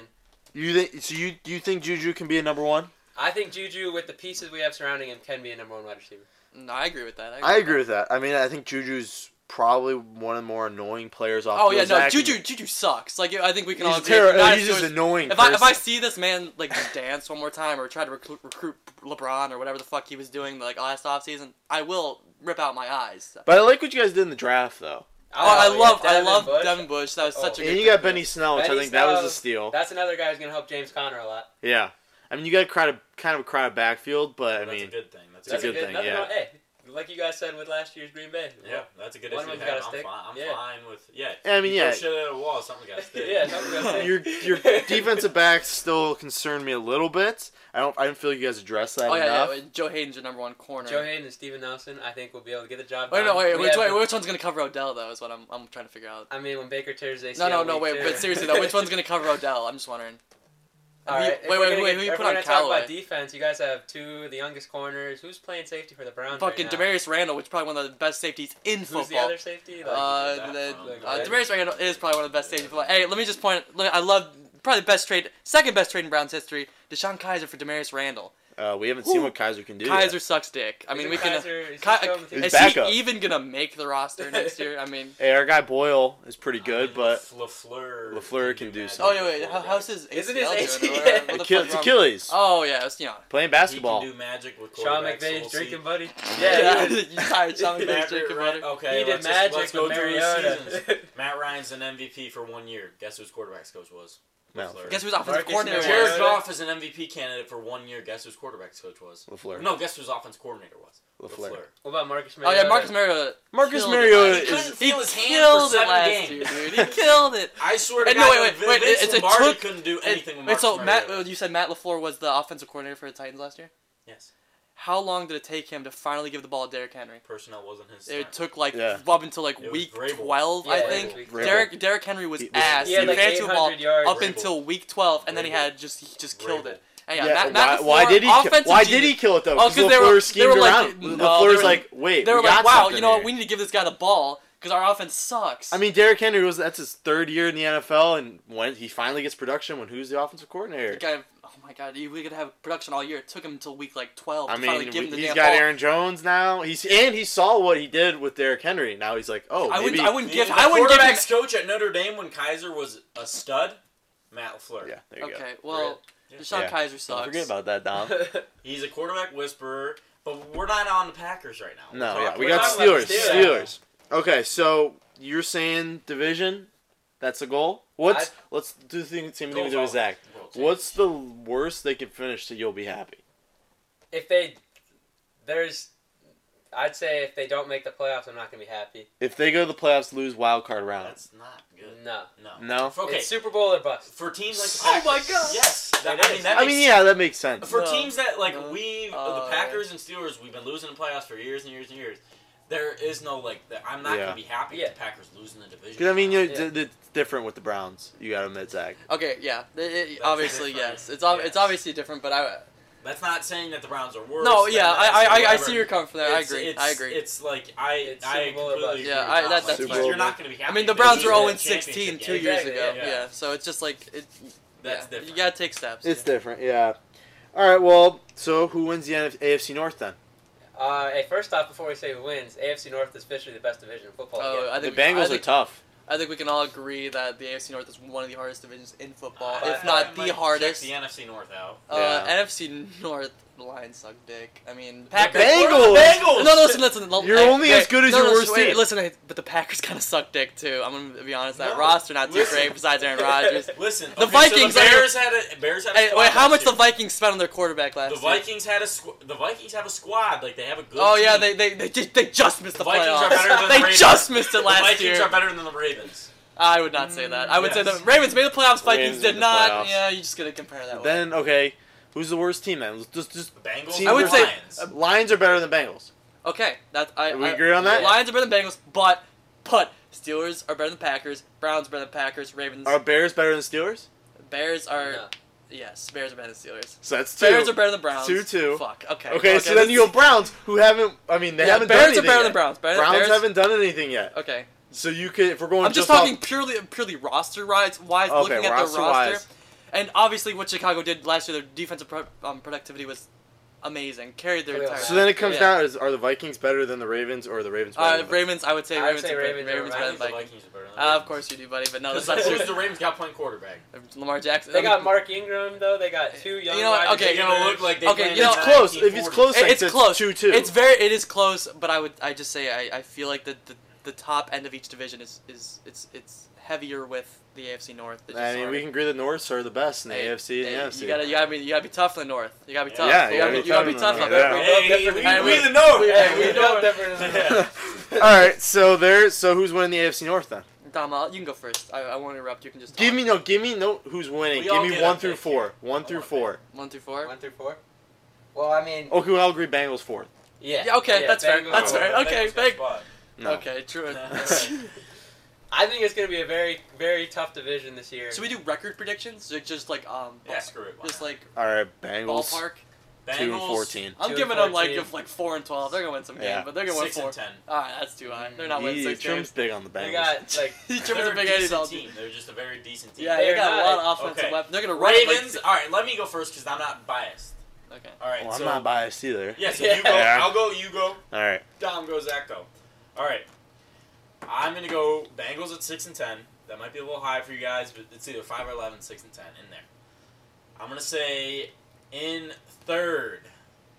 S1: You think so? You do you think Juju can be a number one?
S4: I think Juju, with the pieces we have surrounding him, can be a number one wide receiver.
S3: No, I agree with that.
S1: I agree with that. I mean, I think Juju's probably one of the more annoying players off.
S3: Oh yeah,
S1: Bill's
S3: no,
S1: act.
S3: Juju, Juju sucks. Like I think we can
S1: He's,
S3: all
S1: a
S3: agree. if
S1: terror,
S3: we're not
S1: he's
S3: sure-
S1: just annoying.
S3: if I if I
S1: person.
S3: see this man like just dance one more time or try to recruit, recruit LeBron or whatever the fuck he was doing like last offseason, I will rip out my eyes.
S1: but I like what you guys did in the draft though.
S3: Oh, I
S4: Oh, yeah,
S3: love I
S4: Donovan
S3: love
S4: Bush. Oh.
S3: Devin Bush. That was such a good
S1: And you got
S3: pick.
S1: Benny Snell, which I
S4: Benny
S1: think that was a
S4: Snell-
S1: steal.
S4: That's another guy who's going to help James Conner a lot.
S1: Yeah, I mean you got kind of kind of a crowded backfield, but I
S2: that's a
S1: mean
S2: good thing. That's,
S1: It's
S4: That's
S1: a
S2: a
S1: good thing,
S4: nothing
S1: yeah.
S4: wrong- hey, like you guys said with last year's Green Bay.
S2: Yeah, that's a good
S4: One
S2: issue
S4: of
S2: to
S4: them's
S2: have.
S4: gotta
S2: I'm,
S4: stick.
S2: fine. I'm
S4: Yeah.
S2: fine with yeah.
S1: I mean
S2: you throw
S1: yeah,
S2: shit at a wall. Something got to stick.
S4: Yeah, something's gotta stick.
S1: your your defensive backs still concern me a little bit. I don't I don't feel you guys addressed that
S3: Oh yeah, yeah,
S1: enough.
S3: wait, Joe Hayden's your number one corner.
S4: Joe Hayden and Steven Nelson, I think, will be able to get the job
S3: Wait,
S4: done.
S3: no, wait,
S4: We
S3: which,
S4: have-
S3: wait, which one's gonna cover Odell though? Is what I'm, I'm trying to figure out.
S4: I mean, when Baker tears his
S3: No,
S4: ACL
S3: no, no,
S4: week
S3: wait,
S4: two.
S3: but seriously though, which one's gonna cover Odell? I'm just wondering.
S4: All right,
S3: Wait, wait, wait, who you
S4: if
S3: put
S4: we're
S3: on
S4: gonna talk
S3: Callaway?
S4: about defense, you guys have two of the youngest corners. Who's playing safety for the Browns
S3: Fucking
S4: right now?
S3: Demarius Randall, which is probably one of the best safeties in
S4: Who's
S3: football.
S4: the other safety? Like,
S3: Uh, the,
S4: Like,
S3: uh,
S4: right?
S3: Demarius Randall is probably one of the best safeties. Hey, let me just point. Let I love probably the best trade, second best trade in Browns history. Deshaun Kaiser for Demarius Randall.
S1: Uh, we haven't seen
S3: Ooh.
S1: what Kaiser can do. yet.
S3: Kaiser sucks dick. I mean,
S4: Isn't
S3: we can.
S4: Kaiser- is he
S3: Ki-
S4: still on the team?
S1: He's
S3: is
S1: backup.
S3: he even gonna make the roster next year? I mean,
S1: Hey, our guy Boyle is pretty good, but
S2: Lafleur.
S1: Lafleur can do
S2: that.
S1: something.
S3: oh yeah, wait, how, how's his ACL
S4: Isn't his
S3: doing?
S4: ACL?
S3: Or what the
S1: Achil-
S3: fuck
S1: it's
S3: wrong-
S1: Achilles
S3: Oh yeah, it's you know.
S1: playing
S2: He
S1: basketball.
S2: can do magic with
S4: Sean
S2: quarterbacks, so we'll
S4: McVay's
S2: see.
S4: drinking buddy.
S3: Yeah,
S4: Yeah,
S3: you tired Sean McVay's
S2: Matt
S3: drinking
S2: Ryan-
S3: buddy.
S2: Okay,
S4: he did
S2: let's just-
S4: magic
S2: let's
S4: with
S2: go through his seasons.
S4: Mariota.
S2: Matt Ryan's an MVP for one year. Guess who his quarterbacks coach was?
S1: No.
S2: Lafleur.
S3: Guess who's offensive
S4: Marcus
S3: coordinator?
S4: Mariota.
S2: Jared
S3: was?
S2: Goff is an MVP candidate for one year. Guess whose quarterbacks coach was?
S1: Lafleur.
S2: No, guess whose offense coordinator was?
S1: Lafleur.
S4: What about Marcus
S3: Oh
S4: Mariota?
S3: yeah, Marcus Mariota.
S1: Marcus
S3: killed it
S1: Mariota
S3: last
S1: is-
S2: He
S3: year.
S2: couldn't feel his hand
S3: killed
S2: for
S3: it
S2: seven
S3: last
S2: games.
S3: year, dude. He killed it.
S2: I swear to
S3: And
S2: God,
S3: no, wait,
S2: Vin-
S3: wait, wait,
S2: Vince
S3: it's- it
S2: Lombardi
S3: took-
S2: couldn't do
S3: And-
S2: anything with
S3: wait,
S2: Marcus
S3: so Matt, uh,
S2: Mariota.
S3: you said Matt Lafleur was the offensive coordinator for the Titans last year.
S2: yes,
S3: How long did it take him to finally give the ball to Derrick Henry?
S2: personnel wasn't his.
S3: It
S2: strength.
S3: took like
S1: Yeah.
S3: up until like
S2: It was
S3: week
S2: Vrabel.
S3: twelve, I
S4: Yeah,
S3: think.
S4: Vrabel.
S1: Vrabel.
S3: Derrick Derrick Henry was
S1: He was-
S3: ass.
S1: He
S3: He,
S1: had, like,
S3: ran to the ball
S4: 800 yards.
S3: up
S2: Vrabel.
S3: until week twelve, and then he
S2: Vrabel.
S3: had just he just killed
S2: Vrabel.
S3: it. And yeah,
S1: Yeah,
S3: Matt,
S1: and
S3: Matt
S1: why, why
S3: LaFleur,
S1: did he? Kill,
S3: offensive
S1: why
S3: genius.
S1: did he kill it though?
S3: Oh,
S1: Because
S3: 'cause they were-
S1: Lafleur
S3: they
S1: schemed
S3: were like-
S1: around.
S3: no, they
S1: Lafleur's
S3: were-
S1: like, wait,
S3: They
S1: we
S3: were like,
S1: got
S3: "Wow,
S1: something
S3: you know what?
S1: here."
S3: We need to give this guy the ball because our offense sucks."
S1: I mean, Derrick Henry was that's his third year in the NFL, and when he finally gets production, when who's the offensive coordinator?
S3: The guy, oh my god, he- we could have production all year. It took him until week like twelve.
S1: I
S3: to finally
S1: mean,
S3: give him
S1: we-
S3: the
S1: he's
S3: damn
S1: got
S3: ball.
S1: Aaron Jones now. He's and he saw what he did with Derrick Henry. Now he's like, oh,
S3: I
S1: maybe.
S3: wouldn't, I wouldn't give,
S2: the
S3: I wouldn't give him.
S2: quarterbacks coach at Notre Dame when Kaiser was a stud, Matt Lafleur.
S1: Yeah, there you go.
S3: Okay, well,
S2: Yeah.
S3: Deshaun
S1: Yeah.
S3: Kaiser sucks.
S1: Don't forget about that, Dom.
S2: He's a quarterback whisperer, but we're not on the Packers right now.
S1: No,
S2: We're
S1: yeah,
S2: talking-
S1: we
S2: we're
S1: got
S2: talking about
S1: Steelers.
S2: the
S1: Steelers. Okay, so you're saying division? That's the goal. What's
S4: I-
S1: let's do the thing, same thing
S2: Go
S1: we did with
S2: Falcons.
S1: Zach.
S2: Go Falcons.
S1: What's the worst they can finish so you'll be happy?
S4: if they there's I'd say if they don't make the playoffs, I'm not gonna be happy.
S1: If they go to the playoffs, lose wild card round.
S2: That's not good.
S4: No.
S2: No.
S1: No?
S2: Okay.
S4: It's Super Bowl or bust.
S2: For teams like the
S3: Oh my
S2: Packers,
S3: God.
S2: Yes. That,
S4: It
S2: I mean
S4: is.
S2: that
S1: I
S2: makes
S1: mean, yeah, that makes sense.
S2: For
S3: No.
S2: teams that like
S3: No.
S2: we,
S3: Uh,
S2: the Packers and Steelers, we've been losing in playoffs for years and years and years. There is no like, that I'm not
S1: Yeah.
S2: gonna be happy
S4: Yeah.
S2: if the Packers losing the division.
S1: Because I mean, you
S4: Yeah.
S1: d- d- it's different with the Browns. You got to admit, Zach.
S3: Okay, yeah, it- it-
S2: That's
S3: obviously
S2: different.
S3: yes, it's ob-
S2: Yes.
S3: it's obviously different, but I
S2: that's not saying that the Browns are worse.
S3: no,
S2: than
S3: yeah,
S2: us
S3: I I,
S2: or
S3: I, I
S2: whatever.
S3: see your comfort there. I
S2: It's-
S3: agree,
S2: it's-
S3: I agree.
S2: It's like I
S4: It's
S2: I
S4: Super Bowl or bust.
S2: completely agree
S3: Yeah, I-
S2: with
S3: that-
S2: Tom.
S3: that's
S2: Like,
S1: fine.
S2: you're not gonna be happy.
S3: I mean,
S2: if
S3: the
S2: they
S3: Browns
S2: lose
S3: were
S2: that
S3: 0 and
S2: championship
S3: 16
S2: game.
S3: two years
S4: Exactly,
S3: ago.
S2: yeah.
S3: Yeah. so it's just like it.
S2: That's
S3: yeah, You
S2: different.
S3: gotta take steps.
S1: It's
S3: yeah.
S1: different, yeah. All right, well, so who wins the NF- AFC North then?
S4: Uh, hey, first off, before we say who wins, AFC North is officially the best division in football.
S3: Oh,
S4: again.
S3: I think
S1: the
S3: we, I
S1: Bengals are
S3: think,
S1: tough.
S3: I think we can all agree that the AFC North is one of the hardest divisions in football,
S2: I-
S3: if
S2: I
S3: not
S2: might
S3: the
S2: check
S3: hardest.
S2: The NFC North out.
S3: Uh,
S1: Yeah.
S3: NFC North Lions suck dick. I mean,
S1: The
S3: Packers.
S1: Bengals!
S3: No, no, listen, listen. l-
S1: You're
S3: hey,
S1: only
S3: hey,
S1: as good as
S3: no,
S1: your
S3: no,
S1: worst
S3: wait,
S1: team.
S3: Listen, hey, but the Packers kind of suck dick too. I'm gonna be honest. That
S2: No,
S3: roster not too
S2: listen.
S3: great besides Aaron Rodgers.
S2: Listen,
S3: The
S2: okay, so
S3: Vikings are-
S2: the Bears had a Bears had a
S3: Hey,
S2: squad
S3: wait, how
S2: last
S3: much the
S2: year.
S3: Vikings spent on their quarterback last
S2: The
S3: year?
S2: Vikings had a squ- the Vikings have a squad like they have a good.
S3: Oh yeah,
S2: team.
S3: they they they just, they just missed the,
S2: The Vikings are
S3: playoffs.
S2: better than the
S3: they
S2: Ravens.
S3: just missed it
S2: the
S3: last
S2: Vikings
S3: year.
S2: are better than the Ravens.
S3: I would not say that. I would say
S2: Yes.
S3: the Ravens made the playoffs. Vikings
S1: Ravens made
S3: did
S1: the
S3: not.
S1: playoffs.
S3: Yeah, you're just gonna compare that. way.
S1: Then okay, Who's the worst team then? Just, just
S2: The Bengals.
S1: team
S3: I would
S1: versus-
S3: say-
S2: Lions.
S1: Lions are better than Bengals.
S3: Okay, that I.
S1: We
S3: I-
S1: agree on that?
S3: Lions are better than Bengals, but but Steelers are better than Packers. Browns are better than Packers. Ravens,
S1: Are Bears better than Steelers?
S3: Bears are
S4: No.
S3: yes. Bears are better than Steelers.
S1: So that's two.
S3: Bears are better than Browns.
S1: Two, two.
S3: Fuck. Okay.
S1: okay, so then
S3: let's-
S1: you go Browns, who haven't. I mean, they
S3: yeah,
S1: haven't
S3: Bears
S1: done
S3: are
S1: anything.
S3: better than
S1: yet.
S3: Browns. Bear-
S1: Browns
S3: Bears
S1: haven't done anything yet.
S3: Okay.
S1: So you could, if we're going,
S3: I'm just
S1: off-
S3: talking purely purely roster wise, wise
S1: Okay,
S3: looking at the roster,
S1: roster-wise.
S3: and obviously what Chicago did last year, their defensive pro- um, productivity was amazing, carried their
S4: Clearly.
S3: entire.
S1: So then it comes
S3: Yeah.
S1: down: is are the Vikings better than the Ravens, or are the Ravens? Better
S3: Uh,
S1: than the
S3: Ravens, I would say
S4: I would
S3: Ravens.
S4: say
S3: are better-
S4: Ravens are
S3: Ravens
S2: I
S3: are better
S2: think
S3: than
S2: the
S3: Vikings.
S2: Vikings are better than the
S3: Uh, of
S2: Ravens.
S3: course you do, buddy, but no, that's not
S2: Who's the
S3: true.
S2: Ravens got playing quarterback?
S3: Lamar Jackson.
S4: They got Mark Ingram though. They got two young.
S3: You know,
S4: wide
S3: okay,
S2: They're gonna
S4: receivers.
S2: look like they
S3: Okay,
S2: played
S3: you know-
S2: in
S1: Close, if it's
S2: 1940s.
S1: close,
S3: It- it's
S1: It's
S3: close.
S1: 2-2.
S3: It's very. It is close, but I would. I just say I, I feel like the, the the top end of each division is is it's it's heavier with the AFC North. It's
S1: I
S3: just
S1: mean,
S3: harder.
S1: we can agree the Norths are the best in the
S3: Hey,
S1: AFC and
S3: hey,
S1: the NFC.
S3: You gotta you gotta be you gotta be tough in the North. You gotta be tough.
S1: Yeah,
S3: you
S1: you gotta
S3: gotta be,
S1: be
S3: you gotta be
S1: tough
S3: tough.
S1: in
S3: out
S1: the
S3: there.
S1: North.
S4: Yeah.
S2: Hey, we,
S3: Hey,
S2: we
S3: we-
S2: the North.
S3: we-
S2: Hey,
S3: we
S2: we the
S3: know
S4: built
S2: North.
S4: different. than them.
S1: All right, so there. So who's winning the AFC North then?
S3: Dom, I'll- you can go first. I, I won't interrupt. You can just
S1: Give
S3: talk.
S1: me no, give me no. Who's winning?
S2: We all
S1: give me
S2: get
S1: one
S2: a
S1: through
S2: pick
S1: four.
S2: here.
S1: One
S2: I
S1: through
S2: want a
S1: four.
S3: one through four.
S4: One through four. Well, I mean,
S1: Okay, well, I'll agree. Bengals fourth.
S4: yeah.
S3: Yeah, okay, that's fair,
S4: Bengals
S3: that's
S4: are-
S3: fair.
S2: Bengals
S3: Okay,
S2: got
S3: thank-
S2: spot.
S1: No.
S3: Okay, true.
S2: Alright.
S4: I think it's gonna be a very, very tough division this year.
S3: Should we do record predictions? Or just like um,
S2: Yeah, screw it. why
S3: just
S2: not?
S3: like
S1: All right, Bengals
S3: ballpark.
S1: two and
S2: Bengals,
S1: fourteen.
S3: I'm
S4: Two and
S3: giving them like
S4: 14.
S3: if like four and twelve. They're gonna win some game,
S1: Yeah.
S3: but they're gonna win
S2: Six
S3: four.
S2: and ten.
S3: All right, that's too high. They're not winning
S1: Yee,
S3: six
S1: Trim's
S3: games.
S1: big on the Bengals.
S4: They got like
S3: He trims
S2: They're
S3: a
S2: a
S3: big eighties all
S2: decent
S3: team.
S2: team. They're just a very decent team.
S3: Yeah, they
S4: They're
S3: got a
S4: not-
S3: lot of offensive
S2: okay.
S3: weapons. They're gonna run it, like,
S2: Ravens. all right, let me go first because I'm not biased.
S3: okay.
S2: All right,
S1: Well, I'm
S2: so
S1: not biased either.
S2: yeah, so you go.
S1: Yeah.
S2: I'll go. You go.
S1: All right.
S2: Dom go. Zach go. All right, I'm gonna go Bengals at six and ten. That might be a little high for you guys, but it's either five or 11, 6 and ten in there. I'm gonna say in third,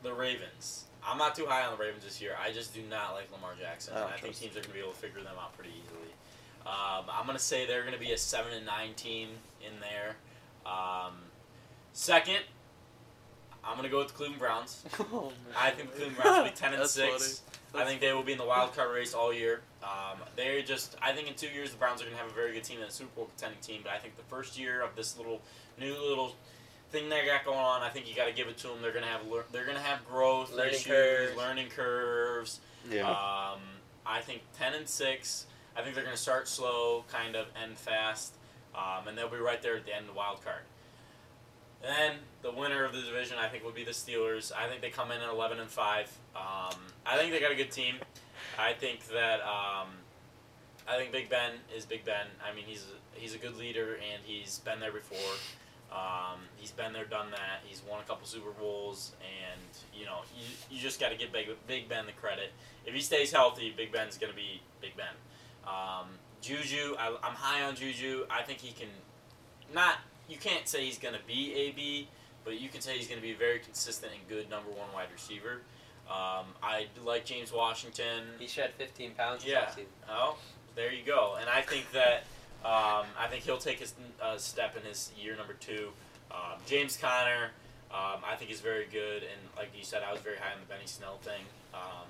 S2: the Ravens. I'm not too high on the Ravens this year. I just do not like Lamar Jackson.
S1: I
S2: and
S1: don't
S2: I think
S1: trust
S2: teams are gonna be able to figure them out pretty easily. Um, I'm gonna say they're gonna be a seven and nine team in there. Um, second, I'm gonna go with the Cleveland Browns.
S3: Oh,
S2: I think the Cleveland Browns will be ten and
S3: That's
S2: six.
S3: funny.
S2: I think they will be in the wild card race all year. Um, they're just. I think in two years the Browns are going to have a very good team and a Super Bowl contending team. But I think the first year of this little new little thing they got going on, I think you got to give it to them. They're going to have lear- they're going to have growth
S4: Learning
S2: issues,
S4: curves.
S2: learning curves.
S1: Yeah.
S2: Um, I think ten and six. I think they're going to start slow, kind of end fast, um, and they'll be right there at the end of the wild card. Then the winner of the division, I think, would be the Steelers. I think they come in at eleven and five. Um, I think they got a good team. I think that um, I think Big Ben is Big Ben. I mean, he's a, he's a good leader and he's been there before. Um, he's been there, done that. He's won a couple Super Bowls, and you know, you, you just got to give Big, Big Ben the credit. If he stays healthy, Big Ben's gonna be Big Ben. Um, Juju, I, I'm high on Juju. I think he can not. You can't say he's gonna be AB, but you can say he's gonna be a very consistent and good number one wide receiver. Um, I like James Washington.
S4: he shed 15 pounds. this
S2: Yeah.
S4: offseason.
S2: Oh, there you go. And I think that um, I think he'll take his uh, step in his year number two. Um, James Conner, um, I think is very good, and like you said, I was very high on the Benny Snell thing. Um,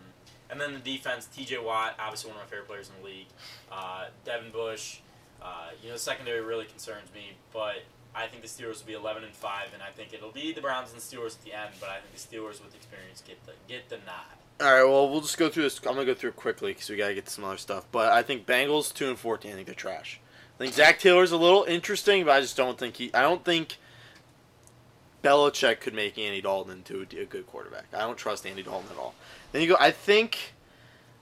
S2: and then the defense, T.J. Watt, obviously one of my favorite players in the league. Uh, Devin Bush, uh, you know, the secondary really concerns me, but I think the Steelers will be 11 and five, and I think it'll be the Browns and the Steelers at the end. But I think the Steelers with experience get the get the nod.
S1: All right. Well, we'll just go through this. I'm gonna go through it quickly because we gotta get to some other stuff. But I think Bengals two and fourteen. I think they're trash. I think Zach Taylor's a little interesting, but I just don't think he. I don't think Belichick could make Andy Dalton into a, a good quarterback. I don't trust Andy Dalton at all. Then you go. I think.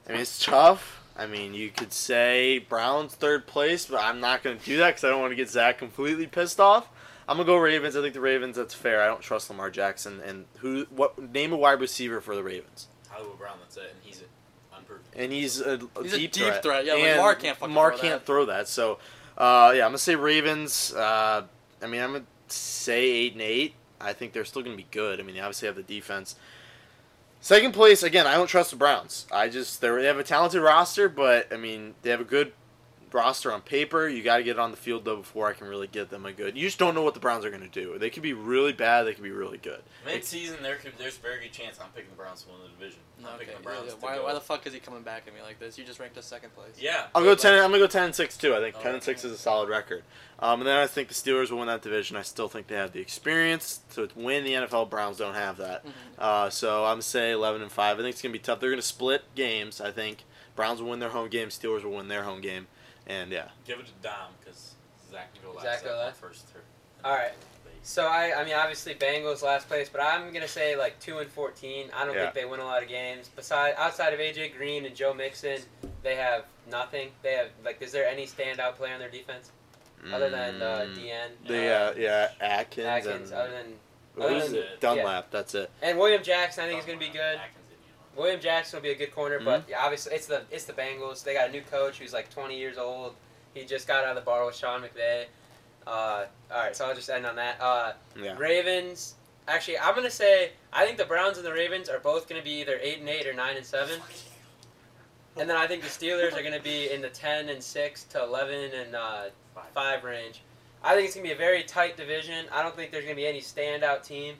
S1: I mean, it's tough. I mean, you could say Browns third place, but I'm not gonna do that because I don't want to get Zach completely pissed off. I'm gonna go Ravens. I think the Ravens. That's fair. I don't trust Lamar Jackson. And who? What? Name a wide receiver for the Ravens.
S2: Hollywood Brown, that's it, and he's unproven.
S1: and he's a, a
S3: He's a
S1: deep
S3: deep
S1: threat.
S3: threat, yeah, like
S1: and
S3: Lamar can't fucking
S1: Lamar
S3: throw
S1: can't
S3: that.
S1: throw that. So, uh, yeah, I'm gonna say Ravens. Uh, I mean, I'm gonna say eight and eight. I think they're still gonna be good. I mean, they obviously have the defense. Second place again. I don't trust the Browns. I just they're- they have a talented roster, but I mean, they have a good roster on paper. You got to get it on the field though before I can really get them a good. You just don't know what the Browns are going to do. They could be really bad. They could be really good.
S2: Mid-season, there could there's a very good chance I'm picking the Browns to win the division. I'm
S3: Okay.
S2: picking the Browns.
S3: yeah,
S2: to
S3: Why,
S2: go.
S3: why the fuck is he coming back at me like this? You just ranked us second place.
S2: yeah.
S1: I'll go ten. I'm gonna go ten and six too. I think
S2: All
S1: ten
S2: right.
S1: and six is a solid record. Um, and then I think the Steelers will win that division. I still think they have the experience to win the NFL. Browns don't have that.
S3: Mhm.
S1: Uh, so I'm gonna say eleven and five. I think it's gonna be tough. They're gonna split games. I think Browns will win their home game. Steelers will win their home game. And yeah,
S2: Give it to Dom because Zach can go last.
S4: Zach go
S2: Zach won
S4: last?
S2: first turn.
S4: All right.
S2: Please.
S4: So I, I mean, obviously Bengals last place, but I'm gonna say like two and fourteen. I don't
S1: Yeah.
S4: think they win a lot of games. Beside, outside of AJ Green and Joe Mixon, they have nothing. They have like, is there any standout player on their defense other than uh,
S1: Mm,
S4: DN
S1: the uh, yeah Atkins,
S4: Atkins?
S1: and
S4: Other than
S1: who is
S4: other than-
S1: it? Dunlap. That's it.
S4: and William Jackson, I think is gonna be good.
S2: Atkins in, you know.
S4: William Jackson will be a good corner, but yeah, obviously it's the it's the Bengals. They got a new coach who's like 20 years old. He just got out of the bar with Sean McVay. Uh, all right, so I'll just end on that. Uh,
S1: Yeah.
S4: Ravens. Actually, I'm gonna say I think the Browns and the Ravens are both gonna be either eight and eight or nine and seven, and then I think the Steelers are gonna be in the 10 and six to 11 and uh,
S2: Five.
S4: five range. I think it's gonna be a very tight division. I don't think there's gonna be any standout team.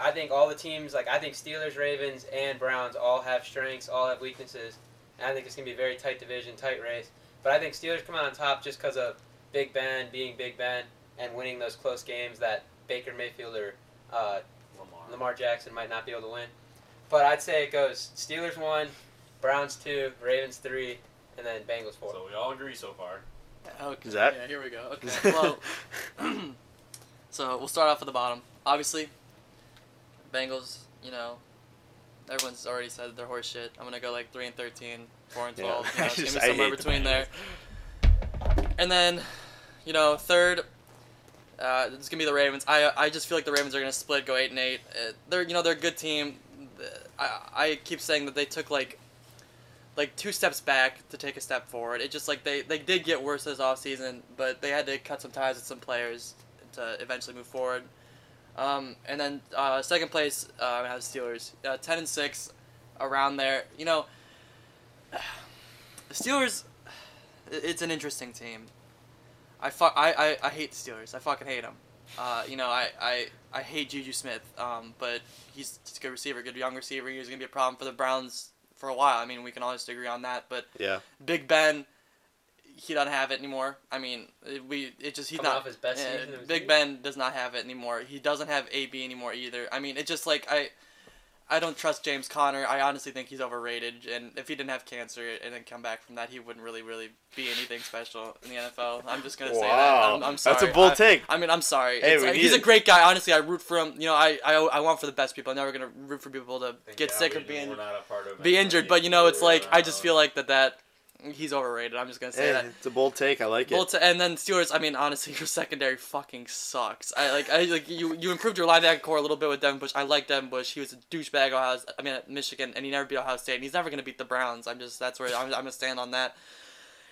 S4: I think all the teams, like I think Steelers, Ravens, and Browns, all have strengths, all have weaknesses. And I think it's gonna be a very tight division, tight race. But I think Steelers come out on top just because of Big Ben being Big Ben and winning those close games that Baker Mayfield or uh,
S2: Lamar.
S4: Lamar Jackson might not be able to win. But I'd say it goes Steelers one, Browns two, Ravens three, and then Bengals four.
S2: So we all agree so far.
S3: Okay.
S1: Zach?
S3: Yeah, here we go. Okay. Well, so we'll start off at the bottom. Obviously, Bengals. You know, everyone's already said their horse shit. I'm gonna go like three and 13, four and
S1: Yeah.
S3: twelve.
S1: I
S3: You know, it's
S1: just-
S3: gonna
S1: I
S3: be
S1: hate
S3: somewhere
S1: the
S3: between there. And then, you know, third. Uh, it's gonna be the Ravens. I I just feel like the Ravens are gonna split, go eight and eight. Uh, they're you know they're a good team. Uh, I I keep saying that they took like like two steps back to take a step forward. It just like they, they did get worse this offseason, but they had to cut some ties with some players to eventually move forward. Um, and then uh, second place, uh, I have Steelers, uh, ten and six, around there. You know, the Steelers, it- it's an interesting team. I fuck I, I, I hate the Steelers. I fucking hate them. Uh, you know, I, I, I hate Juju Smith, um, but he's just a good receiver, good young receiver. He's going to be a problem for the Browns for a while. I mean, we can all just agree on that. But
S1: Yeah.
S3: Big Ben, he doesn't have it anymore. I mean, it- we it just he's
S4: Coming
S3: not
S4: off his best
S3: yeah,
S4: season of his
S3: Big
S4: career.
S3: Ben does not have it anymore. He doesn't have AB anymore either. I mean, it just like I I don't trust James Conner. I honestly think he's overrated. And if he didn't have cancer and then come back from that, he wouldn't really really be anything special in the NFL. I'm just gonna say that. I'm, I'm sorry.
S1: That's a bold
S3: I-
S1: take.
S3: I mean, I'm sorry.
S1: Hey,
S3: It's-
S1: we
S3: uh,
S1: need
S3: he's a
S1: it.
S3: great guy. Honestly, I root for him. You know, I, I I want for the best people. I'm never gonna root for people to
S2: Thank
S3: get
S2: God
S3: sick
S2: we
S3: of
S2: didn't-
S3: being
S2: we're not a part of it.
S3: be injured, but you know, it's like I just feel
S2: like
S3: like that that he's overrated. I'm just gonna say
S1: Hey,
S3: that.
S1: it's a bold take. I like it.
S3: Well, to, and then Steelers. I mean, honestly, your secondary fucking sucks. I like, I like you. You improved your linebacker core a little bit with Devin Bush. I like Devin Bush. He was a douchebag. at Ohio. I mean, at Michigan, and he never beat Ohio State. And he's never gonna beat the Browns. I'm just that's where I'm, I'm gonna stand on that.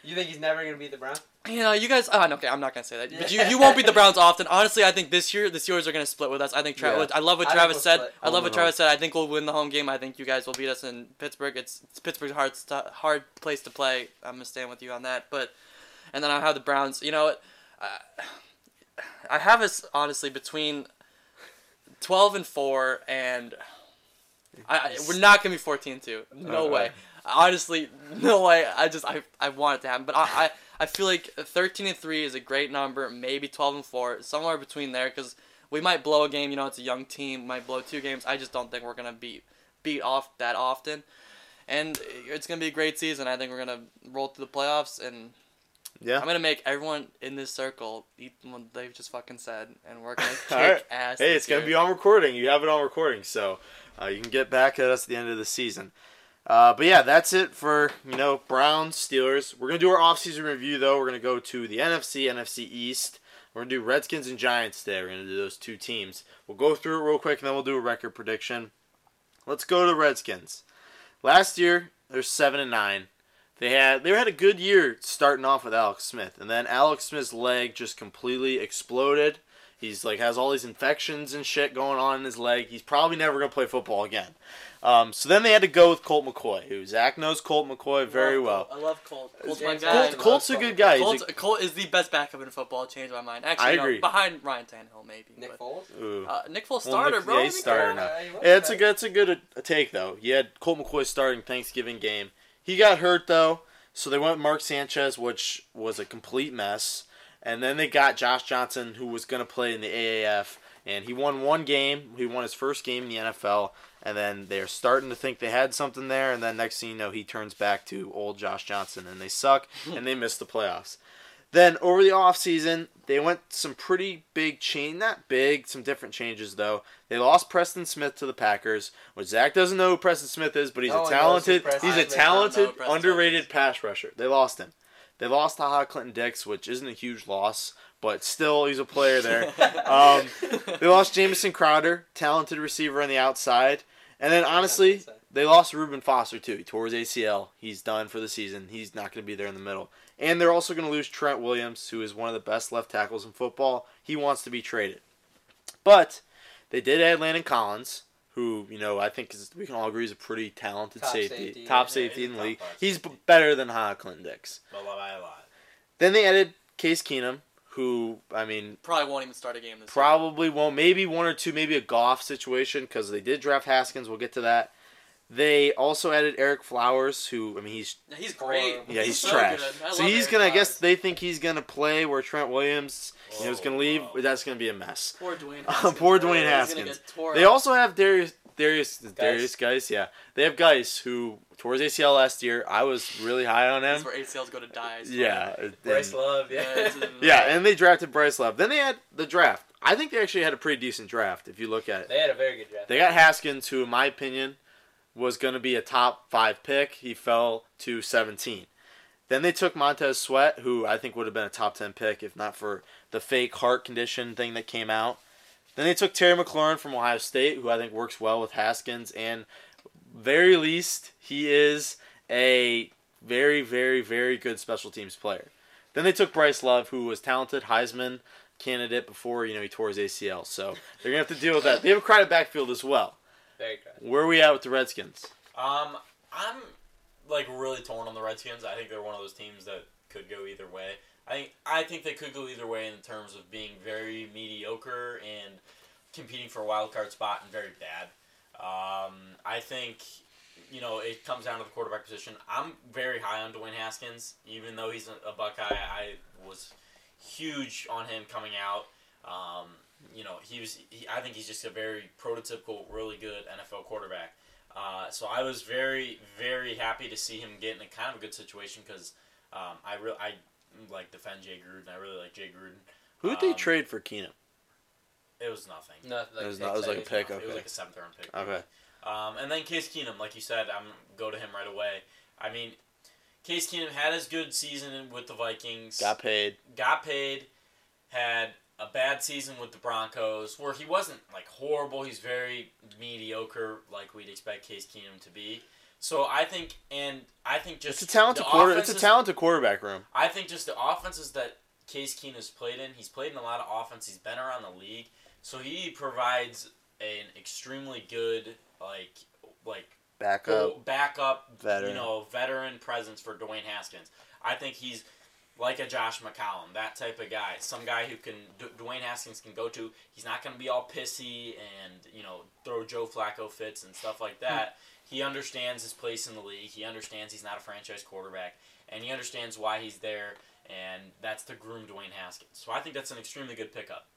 S4: You think he's never gonna beat the Browns?
S3: You know, you guys. Oh, no, okay, I'm not gonna say that. But you, you won't beat the Browns often. Honestly, I think this year the Steelers are gonna split with us. I think Travis.
S1: Yeah.
S3: I love what
S4: I think
S3: Travis
S4: we'll
S3: said.
S4: split.
S3: I love what
S1: Mhm.
S3: Travis said. I think we'll win the home game. I think you guys will beat us in Pittsburgh. It's, it's Pittsburgh's hard st- hard place to play. I'm gonna stand with you on that. But and then I have the Browns. You know, what? I, I have us honestly between twelve and four, and I, I- we're not gonna be 14-2. No
S1: Uh-uh.
S3: way. Honestly, no way. I just I, I want it to happen, but I, I I feel like thirteen and three is a great number. Maybe twelve and four, somewhere between there, because we might blow a game. You know, it's a young team. Might blow two games. I just don't think we're gonna beat beat off that often. And it's gonna be a great season. I think we're gonna roll through the playoffs, and
S1: yeah.
S3: I'm gonna make everyone in this circle eat what they've just fucking said, and we're gonna kick
S1: Alright.
S3: ass.
S1: Hey,
S3: this
S1: it's going to
S3: year.
S1: be on recording. You have it on recording, so uh, you can get back at us at the end of the season. Uh, but yeah, that's it for you know Browns, Steelers. We're gonna do our offseason review though. We're gonna go to the NFC, NFC East. We're gonna do Redskins and Giants today. We're gonna do those two teams. We'll go through it real quick and then we'll do a record prediction. Let's go to the Redskins. Last year they're seven and nine. They had they had a good year starting off with Alex Smith, and then Alex Smith's leg just completely exploded He's like has all these infections and shit going on in his leg. He's probably never gonna play football again. Um, so then they had to go with Colt McCoy, who Zach knows Colt McCoy very well.
S5: I love Colt.
S3: Colt's
S5: James
S3: my guy.
S5: Harden
S1: Colt, Colt's a
S5: loves
S1: good guy. He's a-
S3: Colt, Colt is the best backup in football. Changed my mind. Actually,
S1: I
S3: no,
S1: agree.
S3: behind Ryan Tannehill, maybe.
S4: Nick
S3: but-
S4: Foles.
S1: Ooh.
S3: uh, Nick Foles
S1: Well, Nick-
S3: starter, bro.
S1: yeah,
S3: I
S1: he's
S3: mean,
S1: starter
S3: come on.
S1: now.
S4: Uh, he was
S1: Yeah, it's a
S4: back.
S1: good, it's a good uh, take though. You had Colt McCoy starting Thanksgiving game. He got hurt though, so they went Mark Sanchez, which was a complete mess. And then they got Josh Johnson, who was going to play in the AAF, and he won one game. He won his first game in the NFL, and then they're starting to think they had something there. And then next thing you know, he turns back to old Josh Johnson, and they suck,
S4: Hmm.
S1: and they miss the playoffs. Then over the offseason, they went some pretty big change, not big, some different changes though. They lost Preston Smith to the Packers, which Zach doesn't know who Preston Smith is, but he's
S4: No
S1: a
S4: one knows who
S1: talented,
S4: Preston
S1: he's a
S4: Smith is.
S3: I
S1: talented,
S3: don't know who Preston
S1: underrated pass rusher. They lost him. They lost Haha Clinton Dix, which isn't a huge loss, but still he's a player there. um, they lost Jamison Crowder, talented receiver on the outside, and then honestly, they lost Reuben Foster too. He tore his ACL. He's done for the season. He's not going to be there in the middle. And they're also going to lose Trent Williams, who is one of the best left tackles in football. He wants to be traded. But they did add Landon Collins, who, you know, I think is, we can all agree is a pretty talented
S4: Top
S1: safety,
S4: safety,
S1: top
S4: yeah,
S1: safety
S2: he's
S1: in
S2: a
S1: the
S2: top
S1: league.
S2: five
S1: He's
S2: safety.
S1: b- better than Ha Clinton Dix.
S2: But love I a lot.
S1: Then they added Case Keenum, who, I mean,
S3: Probably won't even start a game this. year.
S1: Probably won't. Maybe one or two. Maybe a golf situation because they did draft Haskins. We'll get to that. They also added Eric Flowers, who I mean, he's
S3: Yeah, he's great.
S1: yeah, he's
S3: so
S1: trash.
S3: good. I
S1: So
S3: love
S1: he's
S3: Aaron
S1: gonna. I guess
S3: Rodgers.
S1: they think he's gonna play where Trent Williams you know, is gonna leave.
S2: Whoa.
S1: That's gonna be a mess.
S5: Poor Dwayne.
S1: Poor Dwayne
S3: He's
S1: Haskins.
S3: gonna get tore
S1: They
S3: up.
S1: also have Darius Darius Darius guys. Yeah, they have guys who towards ACL last year. I was really high on
S3: That's
S1: him.
S3: where ACLs go to die. I swear.
S1: Yeah, and-
S4: Bryce Love.
S3: Yeah,
S4: Yeah.
S3: it's a-
S1: yeah, and they drafted Bryce Love. Then they had the draft. I think they actually had a pretty decent draft if you look at it.
S4: they had a very good draft.
S1: They got Haskins, who, in my opinion, was going to be a top five pick. He fell to 17. Then they took Montez Sweat, who I think would have been a top 10 pick if not for the fake heart condition thing that came out. Then they took Terry McLaurin from Ohio State, who I think works well with Haskins. And very least, he is a very, very, very good special teams player. Then they took Bryce Love, who was talented Heisman candidate before you know he tore his ACL. So they're gonna have to deal with that. They have a crowded backfield as well.
S4: Very good.
S1: Where are we at with the Redskins?
S2: Um, I'm like really torn on the Redskins. I think they're one of those teams that could go either way. I think I think they could go either way in terms of being very mediocre and competing for a wild card spot and very bad. Um, I think you know it comes down to the quarterback position. I'm very high on Dwayne Haskins, even though he's a Buckeye. I was huge on him coming out. Um, you know he was. He, I think he's just a very prototypical, really good NFL quarterback. Uh, so I was very, very happy to see him get in a kind of a good situation because um, I really I like defend Jay Gruden. I really like Jay Gruden.
S1: Who did they
S2: Um,
S1: trade for Keenum?
S2: It was nothing.
S4: No, like,
S1: It was not- it was like
S4: exciting.
S1: pick,
S2: It was
S1: okay.
S2: like a seventh round pick.
S1: Okay,
S2: Um, and then Case Keenum, like you said, I'm go to him right away. I mean, Case Keenum had his good season with the Vikings.
S1: got paid.
S2: got paid, had a bad season with the Broncos, where he wasn't like horrible. He's very mediocre, like we'd expect Case Keenum to be. So I think, and I think just
S1: It's a talented
S2: the
S1: quarter. It's a
S2: offenses-
S1: talented quarterback room.
S2: I think just the offenses that Case Keenum's played in. He's played in a lot of offense. He's been around the league, so he provides an extremely good like like
S1: Backup.
S2: full backup,
S1: Veteran.
S2: you know, veteran presence for Dwayne Haskins. I think he's like a Josh McCollum, that type of guy, some guy who can D- Dwayne Haskins can go to. He's not going to be all pissy and you know throw Joe Flacco fits and stuff like that.
S1: Hmm.
S2: He understands his place in the league. He understands he's not a franchise quarterback, and he understands why he's there. And that's to groom Dwayne Haskins. So I think that's an extremely good pickup.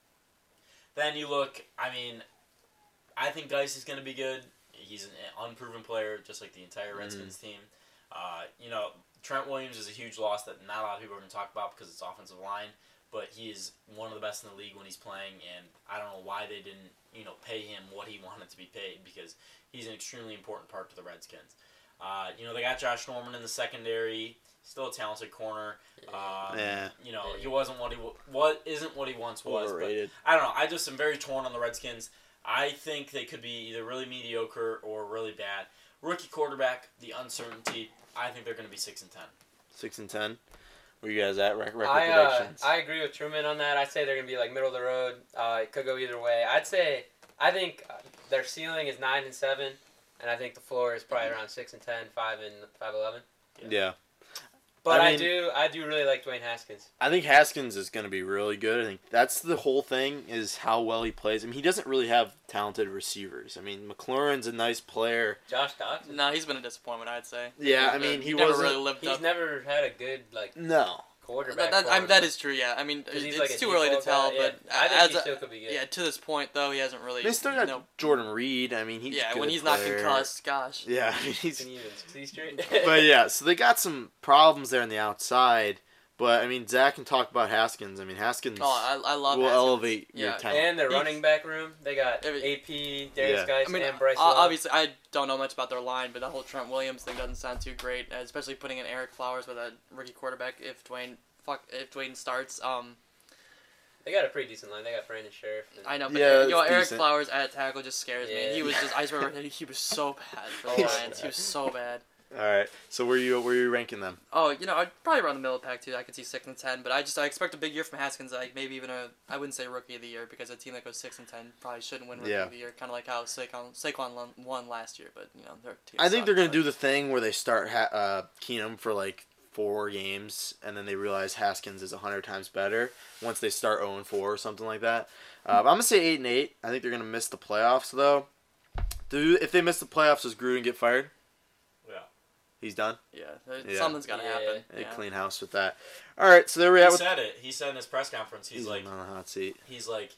S2: Then you look. I mean, I think Geis is going to be good. He's an unproven player, just like the entire Redskins team. Uh, you know, Trent Williams is a huge loss that not a lot of people are going to talk about because it's offensive line, but he is one of the best in the league when he's playing, and I don't know why they didn't, you know, pay him what he wanted to be paid because he's an extremely important part to the Redskins. Uh, you know, they got Josh Norman in the secondary, still a talented corner. Um,
S1: Yeah.
S2: You know, he wasn't what he wa- what isn't what he once was. But
S1: Overrated.
S2: I don't know. I just am very torn on the Redskins. I think they could be either really mediocre or really bad. Rookie quarterback, the uncertainty. I think they're going to be six and ten.
S1: Six and ten. Where you guys at? Rec- record
S4: I, uh,
S1: predictions.
S4: I agree with Truman on that. I'd say they're going to be like middle of the road. Uh, it could go either way. I'd say I think uh, their ceiling is nine and seven, and I think the floor is probably around six and 10, 5 and five eleven.
S1: yeah,
S4: But
S1: I
S4: I,
S1: mean-
S4: do I do really like Dwayne Haskins.
S1: I think Haskins is going to be really good. I think that's the whole thing is how well he plays. I mean, he doesn't really have talented receivers. I mean, McLaurin's a nice player.
S4: Josh Doxson.
S3: No, he's been a disappointment, I'd say.
S1: Yeah, I mean, he
S3: never
S1: wasn't.
S3: really lived
S4: He's
S3: up.
S4: never had a good like
S1: no,
S4: quarterback.
S3: That, that, I mean, that
S4: quality.
S3: is true. Yeah, I mean,
S4: 'Cause he's
S3: it's
S4: like a
S3: too early to
S4: default
S3: tell,
S4: guy, yeah.
S3: but
S4: I think
S3: as
S4: he
S3: a-
S4: still could be good.
S3: yeah, to this point though, he hasn't really.
S1: they still got
S3: no-
S1: Jordan Reed. I mean, he's
S3: yeah,
S1: good
S3: when he's not
S1: player.
S3: concussed, gosh.
S1: Yeah, I mean, he's
S4: Can you even see straight?
S1: but yeah, so they got some problems there on the outside. But I mean, Zach can talk about Haskins. I mean, Haskins
S3: Oh, I, I love.
S1: will
S3: Haskins.
S1: elevate your
S3: Yeah.
S1: talent.
S4: and their
S3: He's-
S4: running back room, they got
S3: Every-
S4: AP, Darius
S1: Yeah.
S4: Guys,
S3: I mean,
S4: and Bryce.
S3: o-
S4: Love.
S3: obviously, I don't know much about their line, but the whole Trent Williams thing doesn't sound too great, especially putting in Eric Flowers with a rookie quarterback. If Dwayne, fuck, if Dwayne starts, um,
S4: they got a pretty decent line. They got Brandon Sheriff. and-
S3: I know, but
S1: Yeah,
S3: Eric-
S1: it's
S3: yo, Eric
S1: decent.
S3: Flowers at tackle just scares
S4: Yeah. Oh,
S3: me. He was just, I just remember he was so bad for the
S4: He's
S3: Lions. He was so bad.
S1: All right, so where you where you ranking them?
S3: Oh, you know, I'd probably run the middle of the pack too. I could see six and ten, but I just I expect a big year from Haskins. Like maybe even a I wouldn't say rookie of the year because a team that goes six and ten probably shouldn't win rookie
S1: Yeah.
S3: of the year. Kind of like how Saquon Saquon lon- won last year, but you know their team.
S1: I think
S3: sucked,
S1: they're gonna
S3: but-
S1: do the thing where they start ha- uh, Keenum for like four games, and then they realize Haskins is hundred times better once they start zero and four or something like that. Uh, but I'm gonna say eight and eight. I think they're gonna miss the playoffs though. Do if they miss the playoffs, does Gruden get fired?
S2: Yeah.
S1: He's done.
S3: Yeah, there-
S1: Yeah.
S3: something's got to
S4: Yeah.
S3: happen.
S1: They
S3: yeah.
S1: clean house with that. All right, so there we are.
S2: He
S1: With-
S2: said it. He said in his press conference, he's like,
S1: on the hot seat.
S2: he's like,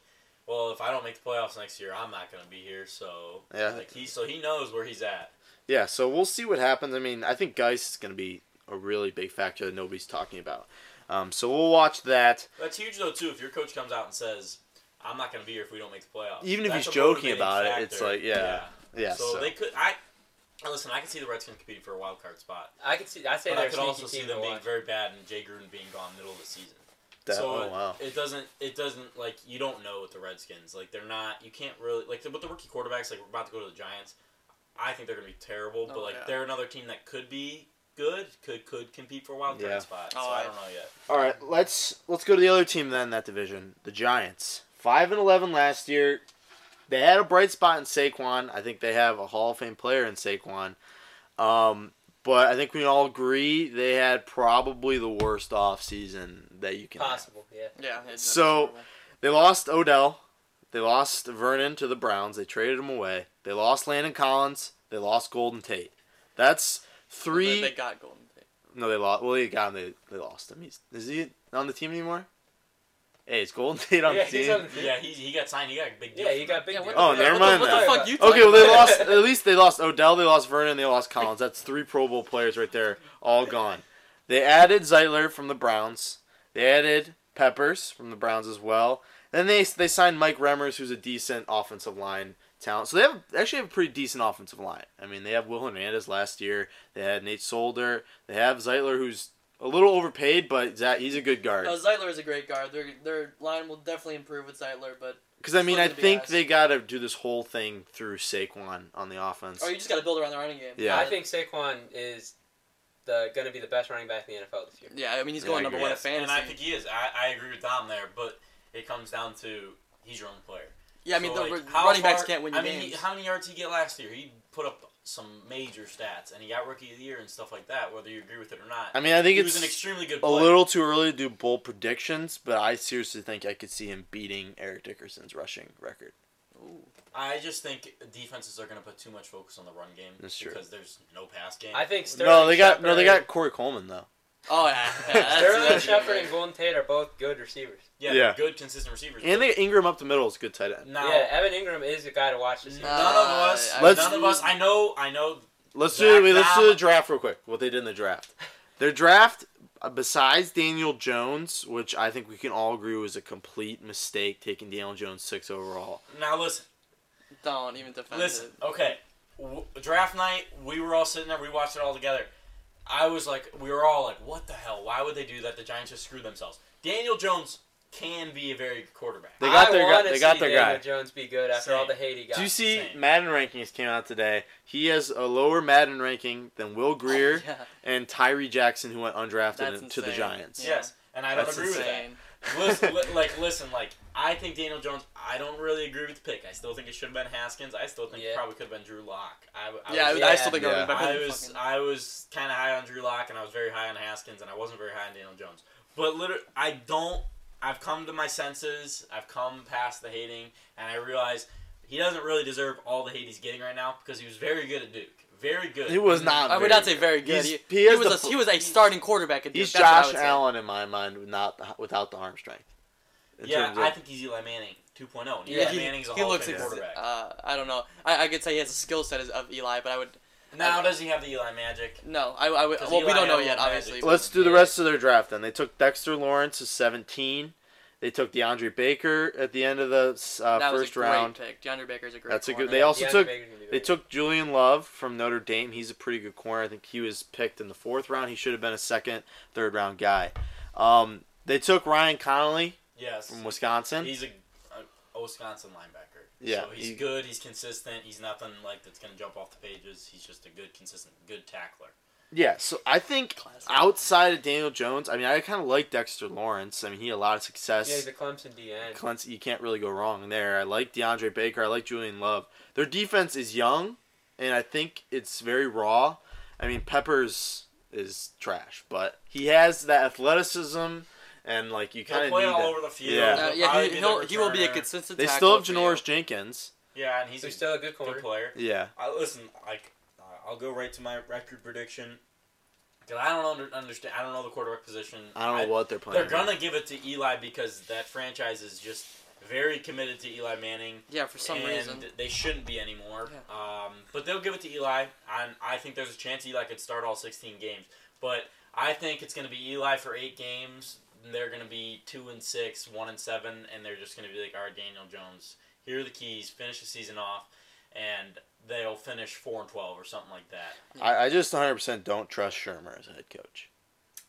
S2: well, if I don't make the playoffs next year, I'm not gonna be here. So
S1: Yeah.
S2: like he, so he knows where he's at.
S1: Yeah, so we'll see what happens. I mean, I think Geis is going to be a really big factor that nobody's talking about. Um, so we'll watch that.
S2: That's huge though too. If your coach comes out and says, I'm not gonna be here if we don't make the playoffs,
S1: Even if
S2: that's
S1: he's
S2: a motivating
S1: joking about it, it's
S2: factor.
S1: like, yeah. Yeah,
S2: so,
S1: so,
S2: they could. I now listen. I can see the Redskins competing for a wild card spot,
S4: I could see. I say
S2: but I
S4: they're
S2: could
S4: a
S2: also
S4: sneaky
S2: see
S4: team
S2: them
S4: to
S2: being
S4: watch.
S2: very bad and Jay Gruden being gone middle of the season.
S1: that,
S2: so
S1: oh wow,
S2: it doesn't. It doesn't like you don't know with the Redskins. Like they're not. You can't really like with the rookie quarterbacks. Like we're about to go to the Giants. I think they're gonna be terrible, but
S3: Oh,
S2: like
S3: yeah.
S2: they're another team that could be good. Could could compete for a wild card
S1: Yeah.
S2: spot.
S3: Oh,
S2: so I
S3: I-
S2: don't know yet.
S1: All right, let's let's go to the other team then in that division, the Giants. Five and eleven last year. They had a bright spot in Saquon. I think they have a Hall of Fame player in Saquon. Um, but I think we can all agree they had probably the worst offseason that you can
S2: Uh,
S1: have.
S4: possible. Yeah.
S3: Yeah. it- that's
S1: So-
S3: horrible.
S1: They lost Odell. They lost Vernon to the Browns. They traded him away. They lost Landon Collins. They lost Golden Tate. That's three.
S3: they, they got Golden State.
S1: no, they lost. Well, they got him. They, they lost him. He's is he on the team anymore? Hey, it's Golden Tate on
S4: Yeah,
S1: the
S4: he's
S1: team.
S4: on the team.
S2: Yeah, he, he got signed. He got a big deal.
S4: Yeah,
S2: from
S4: he
S2: them.
S4: got big.
S3: Yeah,
S4: deal.
S3: what
S1: Oh,
S3: the-
S1: never
S3: what the-
S1: mind Oh,
S3: What
S1: that.
S3: the fuck you
S1: Okay,
S3: talking
S1: well they
S3: about?
S1: lost. At least they lost Odell. They lost Vernon. They lost Collins. That's three Pro Bowl players right there, all gone. They added Zeitler from the Browns. They added Peppers from the Browns as well. Then they they signed Mike Remmers, who's a decent offensive line talent. So they have they actually have a pretty decent offensive line. I mean, they have Will Hernandez last year. They had Nate Solder. They have Zeitler, who's a little overpaid, but Zach, he's a good guard.
S3: No, Zeitler is a great guard. Their their line will definitely improve with Zeitler, but
S1: Because I mean, I
S3: Still gonna be
S1: think
S3: ass.
S1: they got to do this whole thing through Saquon on the offense.
S3: oh, you just got to build around the running game.
S1: Yeah.
S4: I think Saquon is the going to be the best running back in the NFL this year.
S3: Yeah, I mean he's
S1: Yeah,
S3: going
S1: I
S3: number
S1: agree.
S3: one in
S2: Yes,
S3: fantasy.
S2: And I think he is. I, I agree with Dom there, but it comes down to he's your own player.
S3: yeah, I mean
S2: So,
S3: the
S2: like,
S3: r-
S2: how
S3: running backs
S2: far-
S3: can't win you
S2: I mean,
S3: games.
S2: he- how many yards he get last year? He put up some major stats, and he got rookie of the year and stuff like that. Whether you agree with it or not,
S1: I mean, I think
S2: he
S1: it's
S2: was an extremely good
S1: a
S2: player.
S1: little too early to do bold predictions, but I seriously think I could see him beating Eric Dickerson's rushing record.
S3: Ooh.
S2: I just think defenses are going to put too much focus on the run game
S1: That's true.
S2: because there's no pass game.
S4: I think Sterling
S1: no, they got no,
S4: Shepard-
S1: they got Corey Coleman though.
S3: Oh yeah, yeah that's,
S4: Sterling
S3: that's
S4: Shepard and Golden Tate are both good receivers.
S2: yeah,
S1: Yeah.
S2: good consistent receivers.
S1: And
S2: but
S1: they Ingram up the middle is a good tight end.
S2: now,
S4: yeah, uh, Evan Ingram is a guy to watch this
S2: none
S4: year.
S2: of
S3: Nah.
S2: us,
S3: I-
S1: Let's-
S2: none of us. I know, I know.
S1: Let's do
S2: Zach
S1: wait, let's do the
S2: Tom-
S1: draft real quick. What they did in the draft, their draft uh, besides Daniel Jones, which I think we can all agree was a complete mistake taking Daniel Jones six overall.
S2: Now listen.
S3: don't even defend
S2: Listen,
S3: it.
S2: okay. W- draft night, we were all sitting there, we watched it all together. I was like, we were all like, what the hell? Why would they do that? The Giants just screwed themselves. Daniel Jones can be a very good quarterback.
S1: They got
S4: I
S1: their guy-
S4: wanna
S1: they got
S4: see
S1: their
S4: Daniel
S1: guy.
S4: Jones be good after
S2: Same.
S4: all the hate he got.
S1: Do you see
S2: same.
S1: Madden rankings came out today? He has a lower Madden ranking than Will Greer
S3: Yeah.
S1: and Tyree Jackson, who went undrafted
S3: That's
S1: in- to the
S3: insane.
S1: Giants.
S3: Yeah.
S2: Yes, and I don't
S1: That's
S2: agree
S3: insane.
S2: with that. Listen, li- like, listen, like, I think Daniel Jones. I don't really agree with the pick. I still think it should have been Haskins. I still think
S4: Yeah.
S2: it probably could have been Drew Lock. I, w- I
S3: Yeah, I,
S2: was,
S4: Yeah.
S3: I still think
S1: Yeah.
S3: I would
S2: I
S3: have
S2: was, I was kind of high on Drew Lock, and I was very high on Haskins, and I wasn't very high on Daniel Jones. But literally, I don't. I've come to my senses. I've come past the hating, and I realize he doesn't really deserve all the hate he's getting right now because he was very good at Duke. Very good.
S1: He was not.
S3: I
S1: very
S3: would not
S1: good.
S3: say very good.
S1: He's-
S3: He,
S1: he
S3: he
S1: is
S3: was
S1: the-
S3: a, he was a starting quarterback at Duke.
S1: He's
S3: That's what I
S1: Josh
S3: would say.
S1: Allen in my mind, without the- without the arm strength. In
S2: yeah,
S1: terms of-
S2: I think he's Eli Manning 2.0. And Eli
S3: Yeah, he,
S2: Manning's a
S3: he
S2: Hall of
S3: looks.
S2: Fame
S3: Ex-
S2: quarterback.
S3: uh, I don't know. I, I could say he has a skill set as- of Eli, but I would
S2: Now, does he have the Eli magic?
S3: no. I, I would.
S2: 'Cause
S3: Well, we
S2: Eli
S3: don't know
S2: had a
S3: yet,
S2: little
S3: obviously.
S2: magic.
S1: Let's do the
S2: Yeah.
S1: rest of their draft then. They took Dexter Lawrence at 17. They took DeAndre Baker at the end of the uh,
S3: that was
S1: first
S3: a great
S1: round.
S3: pick. DeAndre Baker's a great.
S1: That's a good.
S3: corner.
S1: They also
S4: DeAndre
S1: took
S4: Baker's gonna be
S1: they
S4: great.
S1: took Julian Love from Notre Dame. He's a pretty good corner. I think he was picked in the fourth round. He should have been a second, third round guy. Um, they took Ryan Connolly
S2: Yes.
S1: from Wisconsin.
S2: He's a, a Wisconsin linebacker.
S1: Yeah,
S2: So he's
S1: he-
S2: good. He's consistent. He's nothing like that's gonna jump off the pages. He's just a good, consistent, good tackler.
S1: Yeah, so I think
S3: Classic.
S1: outside of Daniel Jones, I mean, I kind of like Dexter Lawrence. I mean, he had a lot of success.
S4: Yeah, he's a Clemson DN.
S1: Clemson, you can't really go wrong there. I like DeAndre Baker. I like Julian Love. Their defense is young, and I think it's very raw. I mean, Peppers is trash, but he has that athleticism, and like you
S2: He'll
S1: kind of
S2: play
S1: need
S2: all
S1: that.
S2: over the field.
S1: Yeah.
S3: Uh,
S2: He'll
S3: yeah,
S2: probably
S3: he,
S2: the
S3: he'll, he will be a
S2: returner.
S3: consistent.
S1: They
S3: tackle
S1: still have
S3: for you.
S1: Janoris Jenkins.
S2: Yeah, and he's,
S4: Who's
S2: a
S4: still a good
S2: good
S4: corner.
S2: player.
S1: Yeah,
S2: I listen. Like, uh, I'll go right to my record prediction. Cause I don't under, understand. I don't know the quarterback position.
S1: I don't know what they're playing.
S2: They're gonna give it to Eli because that franchise is just very committed to Eli Manning.
S3: Yeah, for some
S2: and
S3: reason.
S2: they shouldn't be anymore. Um, but they'll give it to Eli. And I think there's a chance Eli could start all 16 games. But I think it's going to be Eli for eight games. and They're going to be two and six, one and seven, and they're just going to be like, all right, Daniel Jones, here are the keys. Finish the season off, and they'll finish four and 12 or something like that.
S1: I, I just 100 percent don't trust Shermer as a head coach.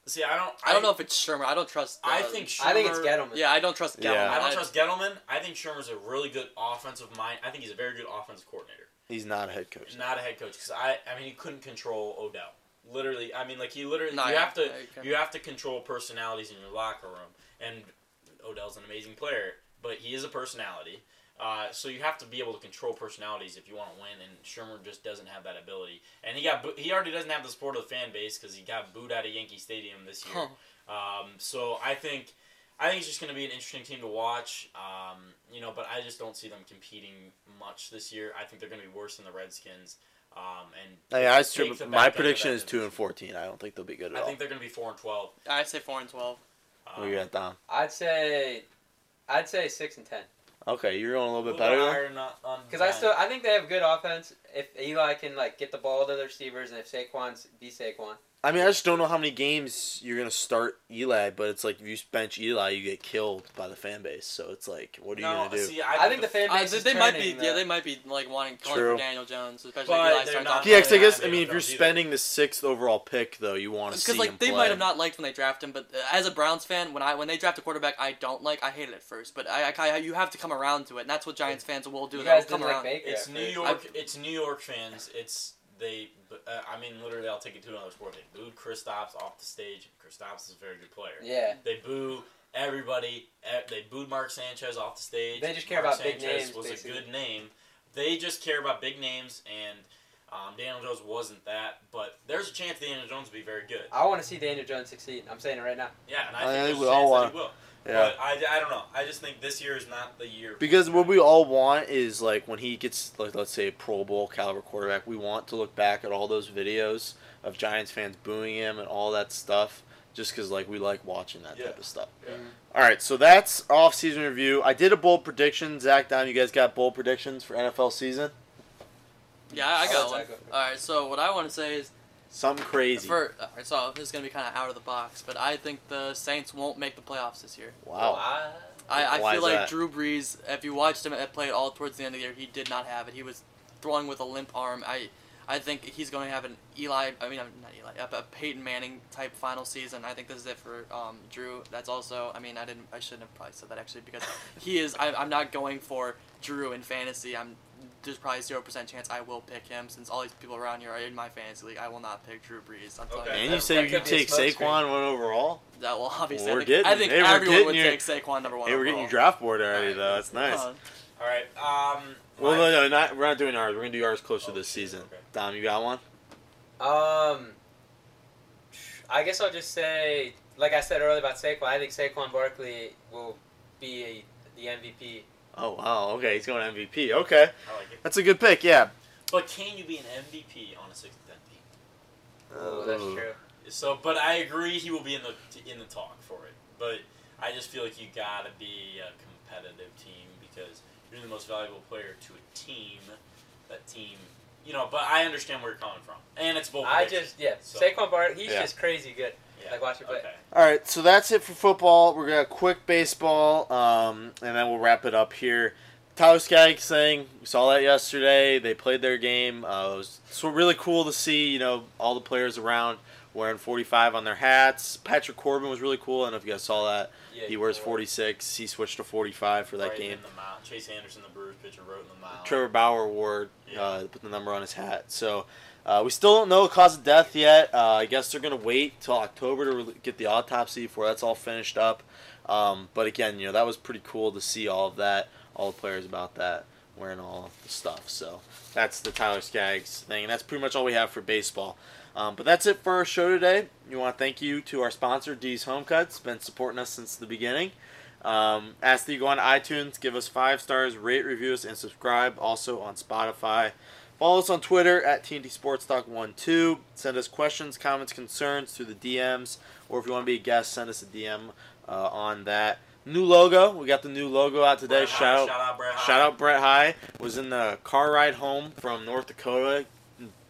S2: See, I don't.
S3: I don't know if it's Shermer. I don't trust.
S2: I
S3: uh,
S2: think. Shermer,
S4: I think it's Gettleman.
S3: Yeah, I don't trust Gallup.
S1: Yeah.
S2: I don't trust Gettleman. I think Shermer's a really good offensive mind. I think he's a very good offensive coordinator.
S1: He's not a head coach.
S2: not a head coach because I, I mean, he couldn't control Odell. Literally, I mean, like he literally,
S3: No,
S2: you
S3: yeah,
S2: have to,
S3: I agree.
S2: you have to control personalities in your locker room. And Odell's an amazing player, but he is a personality. Uh, so you have to be able to control personalities if you want to win. And Shermer just doesn't have that ability. And he got, boo- he already doesn't have the support of the fan base because he got booed out of Yankee Stadium this year.
S3: Huh.
S2: Um, so I think, I think it's just going to be an interesting team to watch. Um, you know, but I just don't see them competing much this year. I think they're going to be worse than the Redskins. Um, and
S1: Hey, I
S2: take the back
S1: my
S2: end of
S1: prediction
S2: that
S1: is two and
S2: division.
S1: 14. I don't think they'll be good at
S2: I
S1: all.
S2: think they're going to be four and twelve.
S3: I'd say four and twelve.
S2: Um,
S1: what you got, Dom?
S4: I'd say, I'd say six and ten.
S1: Okay, you're going a little
S2: we'll
S1: bit
S2: go
S1: better. there?
S2: higher not on
S4: Because I
S2: nine.
S4: still, I think they have good offense. If Eli can like get the ball to the receivers, and if Saquon's be Saquon,
S1: I mean, I just don't know how many games you're gonna start Eli, but it's like if you bench Eli, you get killed by the fan base. So it's like, what are you
S2: no,
S1: gonna do?
S2: See, I,
S4: I, think the fan
S3: Uh,
S4: base
S3: they
S4: is
S3: they might be.
S4: turning,
S3: Yeah,
S4: though.
S3: they might be like wanting calling
S1: True.
S3: for Daniel Jones, especially
S2: But
S3: if Eli
S2: they're
S3: starts
S2: not
S3: off.
S1: yeah, 'cause I
S2: Yeah,
S1: guess
S2: they
S1: I mean,
S2: don't
S1: if you're
S2: either.
S1: spending the sixth overall pick, though, you want to see
S3: Because like
S1: him
S3: they
S1: play.
S3: might have not liked when they draft him, but uh, as a Browns fan, when I when they draft a quarterback, I don't like. I hate it at first, but I, I, I- you have to come around to it, and that's what Giants fans will do.
S4: You
S3: They'll
S4: guys
S3: come
S4: didn't like
S3: around.
S4: Baker.
S2: it's
S4: at
S2: New
S4: first.
S2: York. It's New York fans. It's they. but, Uh, I mean, literally, I'll take it to another sport. They booed Kristaps off the stage. Kristaps is a very good player.
S4: Yeah,
S2: They boo everybody. Eh, They booed Mark Sanchez off the stage.
S4: They just care
S2: Mark
S4: about big
S2: Sanchez
S4: names,
S2: Was
S4: basically.
S2: a good name. They just care about big names, and um, Daniel Jones wasn't that. But there's a chance Daniel Jones will be very good.
S4: I want to see Daniel Jones succeed. I'm saying it right now.
S2: Yeah, and I
S1: I
S2: think
S1: think
S2: there's
S1: we
S2: a
S1: all
S2: chance that
S1: want-
S2: he will.
S1: yeah,
S2: But I, I don't know. I just think this year is not the year.
S1: because what we all want is like when he gets like let's say a Pro Bowl caliber quarterback, we want to look back at all those videos of Giants fans booing him and all that stuff, just because like we like watching that type
S2: Yeah.
S1: of stuff.
S2: Yeah.
S1: All right, so that's off-season review. I did a bold prediction. Zach, Don, you guys got bold predictions for NFL season?
S3: Yeah, I I
S4: I'll let
S3: got one.
S4: Zach go first.
S3: All right, so what I want to say is
S1: Something crazy.
S3: for all right, so this is gonna be kind of out of the box, but I think the Saints won't make the playoffs this year.
S1: wow.
S3: I, I
S1: Why
S3: feel
S1: is
S3: like
S1: that?
S3: Drew Brees. If you watched him play at all towards the end of the year, he did not have it. He was throwing with a limp arm. I I think he's going to have an Eli. I mean, not Eli, a, a Peyton Manning type final season. I think this is it for um, Drew. That's also. I mean, I didn't. I shouldn't have probably said that actually because he is. I, I'm not going for Drew in fantasy. I'm. There's probably zero percent chance I will pick him since all these people around here are in my fantasy league. I will not pick Drew Brees. I'm telling
S4: Okay.
S1: And
S3: you.
S4: that-
S1: you
S4: that
S1: say you
S4: could be a
S1: take
S4: smokescreen.
S1: Saquon one overall?
S3: That will obviously.
S1: We're
S3: I think, I
S1: getting-
S3: think
S1: hey, we're
S3: everyone would
S1: getting your-
S3: take Saquon number one.
S1: Hey, we're getting
S3: overall.
S1: your draft board already,
S3: Alright.
S1: though. That's nice.
S3: Uh,
S2: All right. Um.
S1: Well,
S2: my-
S1: no, no, not, we're not doing ours. We're gonna do ours closer
S2: Oh,
S1: this
S2: shit,
S1: season.
S2: okay.
S1: Dom, you got one?
S4: Um, I guess I'll just say, like I said earlier about Saquon, I think Saquon Barkley will be a, the MVP.
S1: Oh wow. Okay, he's going MVP. Okay,
S2: I like it.
S1: that's a good pick. Yeah.
S2: But can you be an MVP on a six to ten team?
S1: Oh.
S4: Ooh, Oh, that's true.
S2: So, but I agree he will be in the in the talk for it. But I just feel like you gotta be a competitive team because you're the most valuable player to a team. That team, you know. But I understand where you're coming from, and it's both.
S4: I
S2: ways.
S4: just yeah,
S2: Oh, So-
S4: Saquon Barkley, he's
S1: Yeah.
S4: just crazy good.
S2: Yeah.
S4: Like watch it play.
S2: Okay.
S1: All right, so that's it for football. We're gonna quick baseball, um, and then we'll wrap it up here. Tyler Skaggs saying we saw that yesterday. They played their game. Uh, it was so really cool to see. You know, all the players around wearing 45 on their hats. Patrick Corbin was really cool. I don't know if you guys saw that.
S4: Yeah,
S1: He wears 46. He switched to 45 for that
S2: Right
S1: game.
S2: In the mouth. Chase Anderson, the Brewers pitcher, wrote in the mouth.
S1: Trevor Bauer Award uh,
S2: Yeah.
S1: put the number on his hat. So uh, we still don't know the cause of death yet. Uh, I guess they're gonna wait till October to re- get the autopsy before that's all finished up. Um, but again, you know that was pretty cool to see all of that, all the players about that wearing all the stuff. So that's the Tyler Skaggs thing, and that's pretty much all we have for baseball. Um, but that's it for our show today. We want to thank you to our sponsor, D's Home Cuts, been supporting us since the beginning. Um, ask that you go on iTunes, give us five stars, rate, review us, and subscribe. Also on Spotify. Follow us on Twitter at TNT Sports Talk 12. Send us questions, comments, concerns through the DMs, or if you want to be a guest, send us a DM uh, on that. New logo. We got the new logo out today.
S2: Brett High,
S1: Shout out.
S2: Shout out, Brett High.
S1: Shout out Brett High was in the car ride home from North Dakota,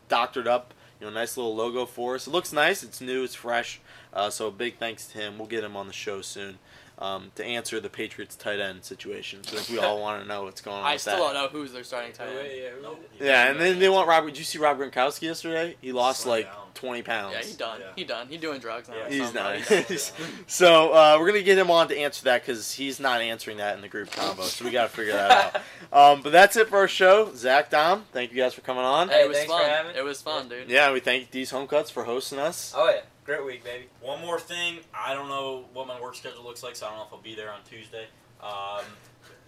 S1: doctored up. You know, nice little logo for us. It looks nice. It's new. It's fresh. Uh, so big thanks to him. We'll get him on the show soon um, to answer the Patriots tight end situation. Because we all want to know what's going on.
S3: I
S1: with
S3: still
S1: that.
S3: don't know who's their starting tight
S4: Who-
S3: end.
S4: yeah, who-
S2: Nope.
S1: Yeah, and then they want Robert. Did you see Rob Gronkowski yesterday? He lost
S2: Slow
S1: like
S2: down.
S1: 20 pounds.
S3: Yeah, he done.
S2: Yeah.
S3: He done. He doing drugs. now.
S2: Yeah.
S3: or
S1: He's
S3: something.
S1: not.
S2: Slow down.
S1: So uh, we're gonna get him on to answer that because he's not answering that in the group combo. So we gotta figure that out. Um, but that's it for our show. Zach, Dom, thank you guys for coming on.
S3: Hey,
S4: Hey,
S3: it was
S4: thanks for
S3: fun.
S4: having-
S3: It was fun, dude.
S1: Yeah, we thank these home cuts for hosting us.
S4: Oh yeah, great week, baby.
S2: One more thing. I don't know what my work schedule looks like, so I don't know if I'll be there on Tuesday. Um,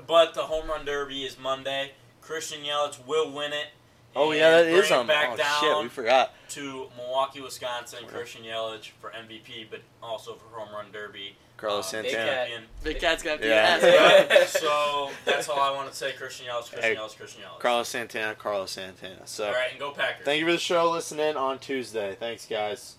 S2: but the home run derby is Monday. Christian Yelich will win it.
S1: Oh
S2: and
S1: yeah, that
S2: bring
S1: is
S2: it
S1: on.
S2: back
S1: oh
S2: down
S1: shit, we forgot.
S2: to Milwaukee, Wisconsin. Christian Yelich for MVP, but also for home run derby.
S1: Carlos
S2: Uh,
S4: big
S1: Santana.
S4: cat.
S2: champion.
S3: Big cat's gonna have to
S1: Yeah.
S3: get ass.
S4: Yeah.
S2: so that's all I want to say. Christian Yelich, Christian
S1: Hey,
S2: Yelich, Christian Yelich.
S1: Carlos uh, Santana. Carlos Santana. So
S2: All right, and go Packers.
S1: thank you for the show. Listening on Tuesday. Thanks, guys.